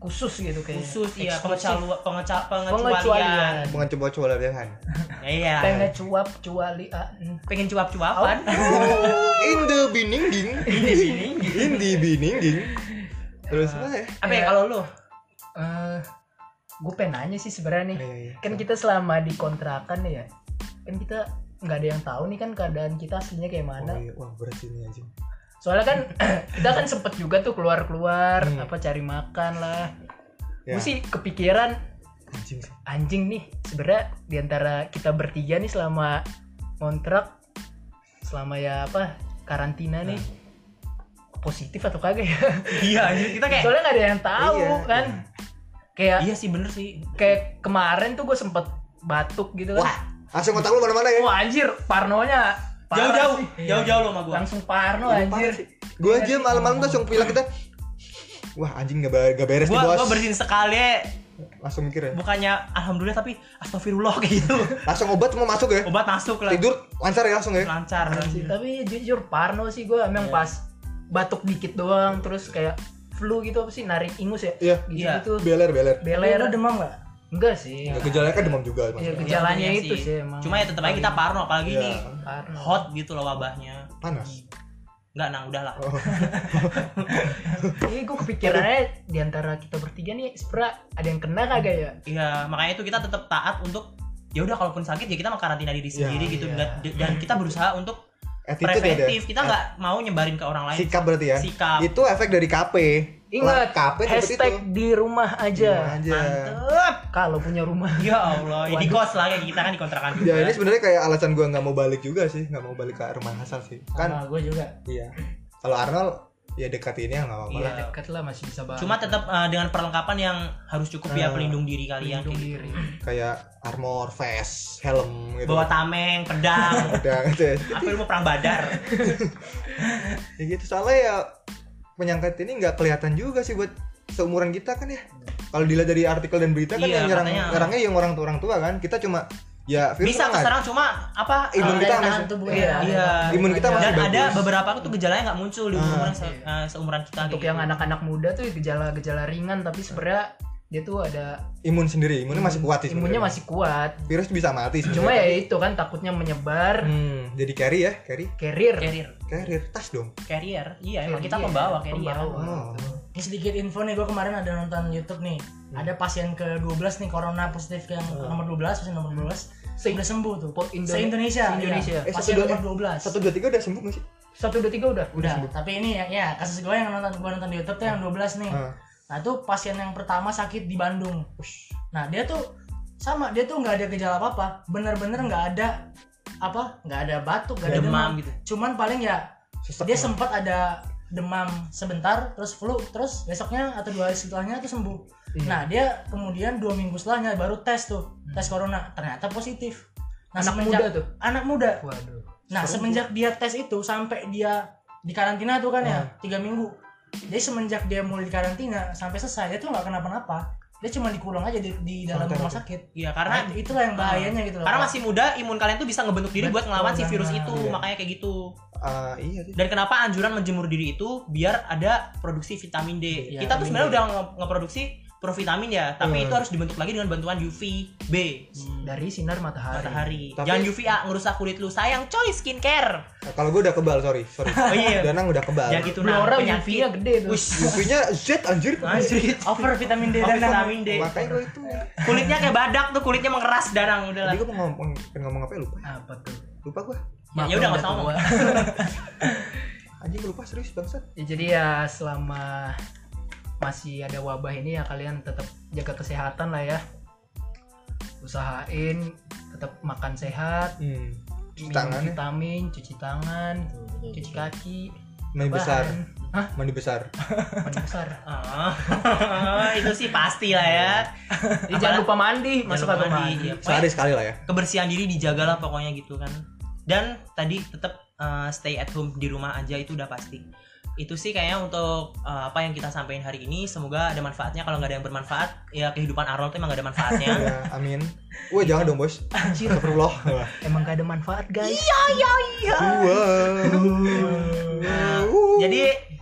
S1: khusus gitu kayaknya
S4: Khusus ya
S1: Eksklusif.
S4: pengecualian pengeca, pengecualian.
S1: pengecualian
S2: Bukan coba-coba lebihan.
S4: Ya, Iya.
S1: pengen ah, cuap cualian
S4: Pengen
S1: [LAUGHS]
S4: cuap-cuapan.
S2: Oh, In the bininging. In the bininging. In the bininging. Terus apa ya?
S4: Apa ya kalau lu?
S1: Iya. eh gue pengen nanya sih sebenarnya nih
S2: Iya, iya.
S1: kan kita selama di kontrakan nih ya kan kita nggak ada yang tahu nih kan keadaan kita aslinya kayak mana
S2: Oh, iya. Wah berat ini anjing.
S1: soalnya kan [CLEARS THROAT] kita kan sempet juga tuh keluar keluar
S2: Hmm.
S1: apa cari makan lah
S2: Ya,
S1: gue sih kepikiran
S2: anjing sih.
S1: anjing nih sebenarnya diantara kita bertiga nih selama kontrak selama ya apa karantina nih
S2: Hmm.
S1: positif atau kagak ya
S4: iya anjir kita kayak
S1: soalnya nggak ada yang tahu
S2: Iya.
S1: kan kayak
S4: iya sih bener sih
S1: kayak kemarin tuh gue sempet batuk gitu
S2: Wah,
S1: kan
S2: langsung otak lu mana-mana ya.
S1: wah anjir parnonya parah
S4: jauh-jauh
S1: sih. Iya.
S4: jauh-jauh lo sama gua
S1: langsung parno
S2: Iya,
S1: anjir
S2: Gue aja malam-malam tuh langsung pilek kita. Wah, anjing gak, ba- gak beres
S4: gua
S2: nih, Bos.
S4: gua bersihin sekali eh.
S2: Langsung mikir ya.
S4: bukannya alhamdulillah tapi astagfirullah [LAUGHS] kayak gitu
S2: Langsung obat semua masuk ya.
S4: obat masuk lah
S2: Tidur lancar ya langsung ya.
S4: lancar
S1: Sih, tapi jujur parno sih gue emang
S4: Iya.
S1: pas batuk dikit doang terus kayak flu gitu apa sih narik ingus ya
S2: Iya.
S1: gitu
S4: Iya.
S1: gitu
S2: Beler, beler.
S1: beler
S3: Lu demam gak?
S1: enggak sih
S2: Ya, gejalanya kan demam juga
S1: Iya,
S2: maksudnya.
S1: gejalanya
S4: Iya,
S1: itu sih emang
S4: cuma ya tetap aja kita parno apalagi
S2: Iya.
S4: ini
S1: parno
S4: hot gitu loh wabahnya
S2: Panas.
S4: nggak nang udahlah
S2: Oh. [LAUGHS]
S1: Ini gue kepikirannya di antara kita bertiga nih sebenernya ada yang kena kagak ya?
S4: Iya, makanya itu kita tetap taat untuk ya udah kalaupun sakit ya kita mah karantina diri
S2: Iya,
S4: sendiri gitu
S1: iya.
S4: dan, dan kita berusaha untuk
S2: Attitude ya,
S4: preventif. Kita nggak mau nyebarin ke orang
S2: Dea.
S4: lain.
S2: Sikap berarti ya.
S4: Sikap.
S2: Itu efek dari KP.
S1: Ingat,
S2: Lah, KP seperti itu.
S1: hashtag di rumah
S2: Iya,
S1: aja.
S2: aja.
S4: Mantep.
S1: Kalau punya rumah.
S4: Ya Allah, ya di kos lah kayak kita kan di kontrakan juga.
S2: Ya ini sebenarnya kayak alasan gua nggak mau balik juga sih, nggak mau balik ke rumah asal sih. Kan
S4: Nah,
S1: Sama gue juga.
S2: iya. Kalau Arnold ya dekat ini ya nggak apa-apa.
S4: Iya.
S2: lah.
S1: Ya deket lah masih bisa banget.
S4: Cuma tetap eh, dengan perlengkapan yang harus cukup
S2: Eh,
S4: ya pelindung diri kalian.
S1: Pelindung
S4: kayak gitu.
S1: diri.
S2: Kayak armor, vest, helm gitu.
S4: Bawa tameng, pedang. [LAUGHS]
S2: Udah gitu [LAUGHS] ya.
S4: Apa lu mau perang badar?
S2: Ya gitu soalnya ya penyakit ini nggak kelihatan juga sih buat seumuran kita kan ya. Kalau dilihat dari artikel dan berita kan
S4: Iya,
S2: yang nyerang,
S4: katanya.
S2: nyerangnya yang orang tua orang tua kan. Kita cuma ya virus
S4: Bisa
S2: kan nggak-
S4: keserang cuma apa?
S2: Imun Ah.
S4: eh,
S2: kita
S3: Daya tahan
S2: masih-
S3: tubuh
S1: Iya.
S3: ya.
S4: Iya.
S2: Imun kita masih
S4: Dan ada
S2: bagus.
S4: beberapa tuh gejalanya nggak muncul di
S2: Ah.
S4: umuran se- eh, seumuran kita.
S1: Untuk
S4: kayak
S1: yang
S4: gitu.
S1: anak-anak muda tuh gejala-gejala ringan tapi sebenarnya dia tuh ada
S2: imun sendiri, imunnya masih kuat sih.
S1: imunnya
S2: sebenarnya.
S1: masih kuat.
S2: virus bisa mati sih.
S1: Cuma ya itu kan takutnya menyebar
S2: Hmm, jadi carry ya, carry.
S1: carrier.
S4: Carrier.
S2: Carrier tas dong.
S4: Carrier. Iya, emang
S1: Carrier,
S4: kita pembawa carrier.
S2: Oh.
S1: Pembawa.
S3: Ini sedikit info nih, gue kemarin ada nonton YouTube nih.
S2: Hmm.
S3: Ada pasien ke-12 nih corona positif yang
S2: Ah.
S3: nomor 12, pasien nomor 12.
S1: Se-
S3: Udah sembuh tuh.
S1: Po- Indone-
S3: Se-Indonesia. iya.
S1: Se-Indonesia.
S2: Eh,
S3: Pasien
S2: satu dua-
S3: nomor 12.
S2: Satu dua tiga udah sembuh nggak sih?
S1: Satu dua tiga udah.
S3: Udah, tapi ini ya, ya kasus gue yang nonton gue nonton di YouTube tuh yang 12 nih.
S2: Ah.
S3: Nah, itu pasien yang pertama sakit di Bandung. Nah, dia tuh sama, dia tuh nggak ada gejala apa-apa. Bener-bener nggak ada apa? nggak ada batuk, nggak ada
S4: Demam gitu.
S3: Cuman paling ya
S2: Sesek.
S3: dia sempat ada demam sebentar terus flu terus besoknya atau dua hari setelahnya itu sembuh
S1: Iya.
S3: nah dia kemudian dua minggu setelahnya baru tes tuh tes corona ternyata positif nah,
S1: Anak
S3: semenjak-
S1: muda tuh.
S3: anak muda
S1: Waduh.
S3: nah semenjak dia tes itu sampai dia di karantina tuh kan ya tiga minggu jadi semenjak dia mulai di karantina sampai selesai dia tuh nggak kenapa-napa dia cuma dikurung aja di, di dalam
S2: Santai
S3: rumah
S2: aja.
S3: sakit
S4: Iya,
S3: karena
S4: karena
S3: Nah, itulah yang bahayanya gitu loh
S4: karena masih muda, imun kalian tuh bisa ngebentuk diri buat
S3: Betul
S4: ngelawan si virus
S3: banget.
S4: itu,
S2: Iya.
S4: makanya kayak gitu.
S2: Ah, iya sih.
S4: Dan kenapa anjuran menjemur diri itu biar ada produksi vitamin D.
S3: Iya,
S4: Kita
S3: vitamin
S4: tuh sebenarnya
S3: D.
S4: udah nge- ngeproduksi provitamin ya, tapi
S2: Hmm.
S4: itu harus dibentuk lagi dengan bantuan UVB
S1: Dari sinar matahari.
S4: matahari.
S2: Tapi-
S4: Jangan UVA ngerusak kulit lu. Sayang, coy skincare.
S2: Nah, Kalau gua udah kebal, sorry, sorry.
S4: Oh
S2: [LAUGHS]
S4: iya.
S2: Danang udah kebal.
S4: Jangan gitu nah,
S1: Blora UV-nya
S4: penyakit.
S1: gede tuh.
S4: Ush,
S2: UV-nya Z anjir.
S4: anjir.
S3: over vitamin D dan
S4: Over vitamin D.
S2: Makanya gua itu.
S4: Kulitnya kayak badak tuh, kulitnya mengeras danang udah lah.
S2: Tadi gua mau ngomong pengen ngomong apa ya lupa.
S1: Apa tuh?
S2: Lupa gua.
S4: Ya, ya udah nggak usah ngomong.
S2: Anjing lupa serius bangsat.
S1: Ya, jadi ya selama masih ada wabah ini ya kalian tetap jaga kesehatan lah ya. Usahain tetap makan sehat,
S2: Hmm. Cuci
S1: minum
S2: tangan ya.
S1: vitamin, cuci tangan, cuci kaki,
S2: Mandi besar.
S1: bahan. Hah,
S2: Mandi besar.
S1: mandi
S2: [LAUGHS]
S1: besar.
S4: Ah, [LAUGHS] itu sih pasti lah ya.
S1: Jadi jangan lupa mandi, masa
S4: Jangan lupa
S1: kagak mandi.
S4: ya. Pokoknya
S2: Sehari sekali
S4: [LAUGHS]
S2: lah ya.
S4: kebersihan diri dijagalah pokoknya gitu kan. Dan tadi tetap eh, stay at home di rumah aja itu udah pasti. Itu sih kayaknya untuk eh, apa yang kita sampaikan hari ini semoga ada manfaatnya. Kalau nggak ada yang bermanfaat, ya kehidupan Arnold tuh emang nggak ada manfaatnya.
S2: Ya, amin. Wah, jangan dong, Bos.
S1: Anjir,
S4: [LAUGHS]
S2: Astagfirullah.
S1: emang gak ada manfaat guys.
S4: Nah,
S2: Wow.
S4: Jadi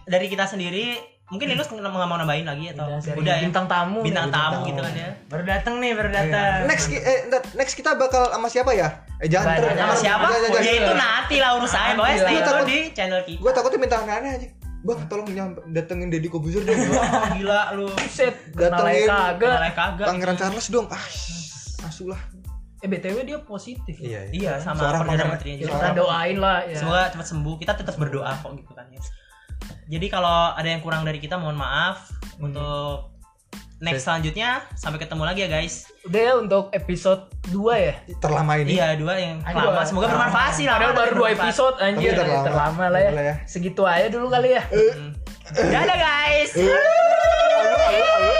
S4: dari kita sendiri mungkin Linus nggak mau nambahin lagi atau
S1: Udah,
S4: udah,
S1: dari
S4: ya?
S1: bintang tamu.
S4: Bintang
S1: nih.
S4: tamu gitu kan ya.
S3: baru datang nih baru datang
S2: Next ki- eh ntar, next kita bakal sama siapa ya? Eh jangan
S1: Jangan,
S2: ter
S1: jangan.
S4: Sama siapa?
S2: Jangan, jangan,
S4: Ya
S2: jangan.
S4: itu nanti lah urusannya. Pokoknya
S1: Nanti
S4: stay
S1: lah.
S4: dulu di channel kita.
S2: Gue takutnya minta aneh-aneh aja. Bang, tolong nyam- datengin Deddy Kobuzer dong.
S4: Wah, gila lu.
S1: Buset, kenal
S2: Datengin.
S1: aja kagak.
S4: Malah kagak.
S2: Pangeran Charles dong. Ah, asuh lah.
S1: Eh BTW dia positif.
S2: Iya.
S4: Iya sama
S2: Seorang
S4: perdana
S2: pangeran.
S4: menterinya
S1: Ya,
S4: juga.
S1: kita doain lah ya.
S4: Semoga cepat sembuh. Kita tetap berdoa kok
S1: Hmm.
S4: gitu kan ya. Jadi kalau ada yang kurang dari kita mohon maaf untuk next selanjutnya sampai ketemu lagi ya guys.
S1: Udah ya untuk episode 2 ya.
S2: terlama ini
S4: Iya dua yang
S1: Aduh,
S4: lama.
S1: ah.
S4: Semoga bermanfaat sih lah.
S1: Padahal baru 2
S4: bermanfaat.
S1: episode anjir
S2: Tapi terlama.
S1: terlama, lah ya.
S2: Boleh ya.
S4: Hmm.
S1: Segitu aja dulu kali ya.
S4: Dadah guys.
S2: Alu, alu, alu.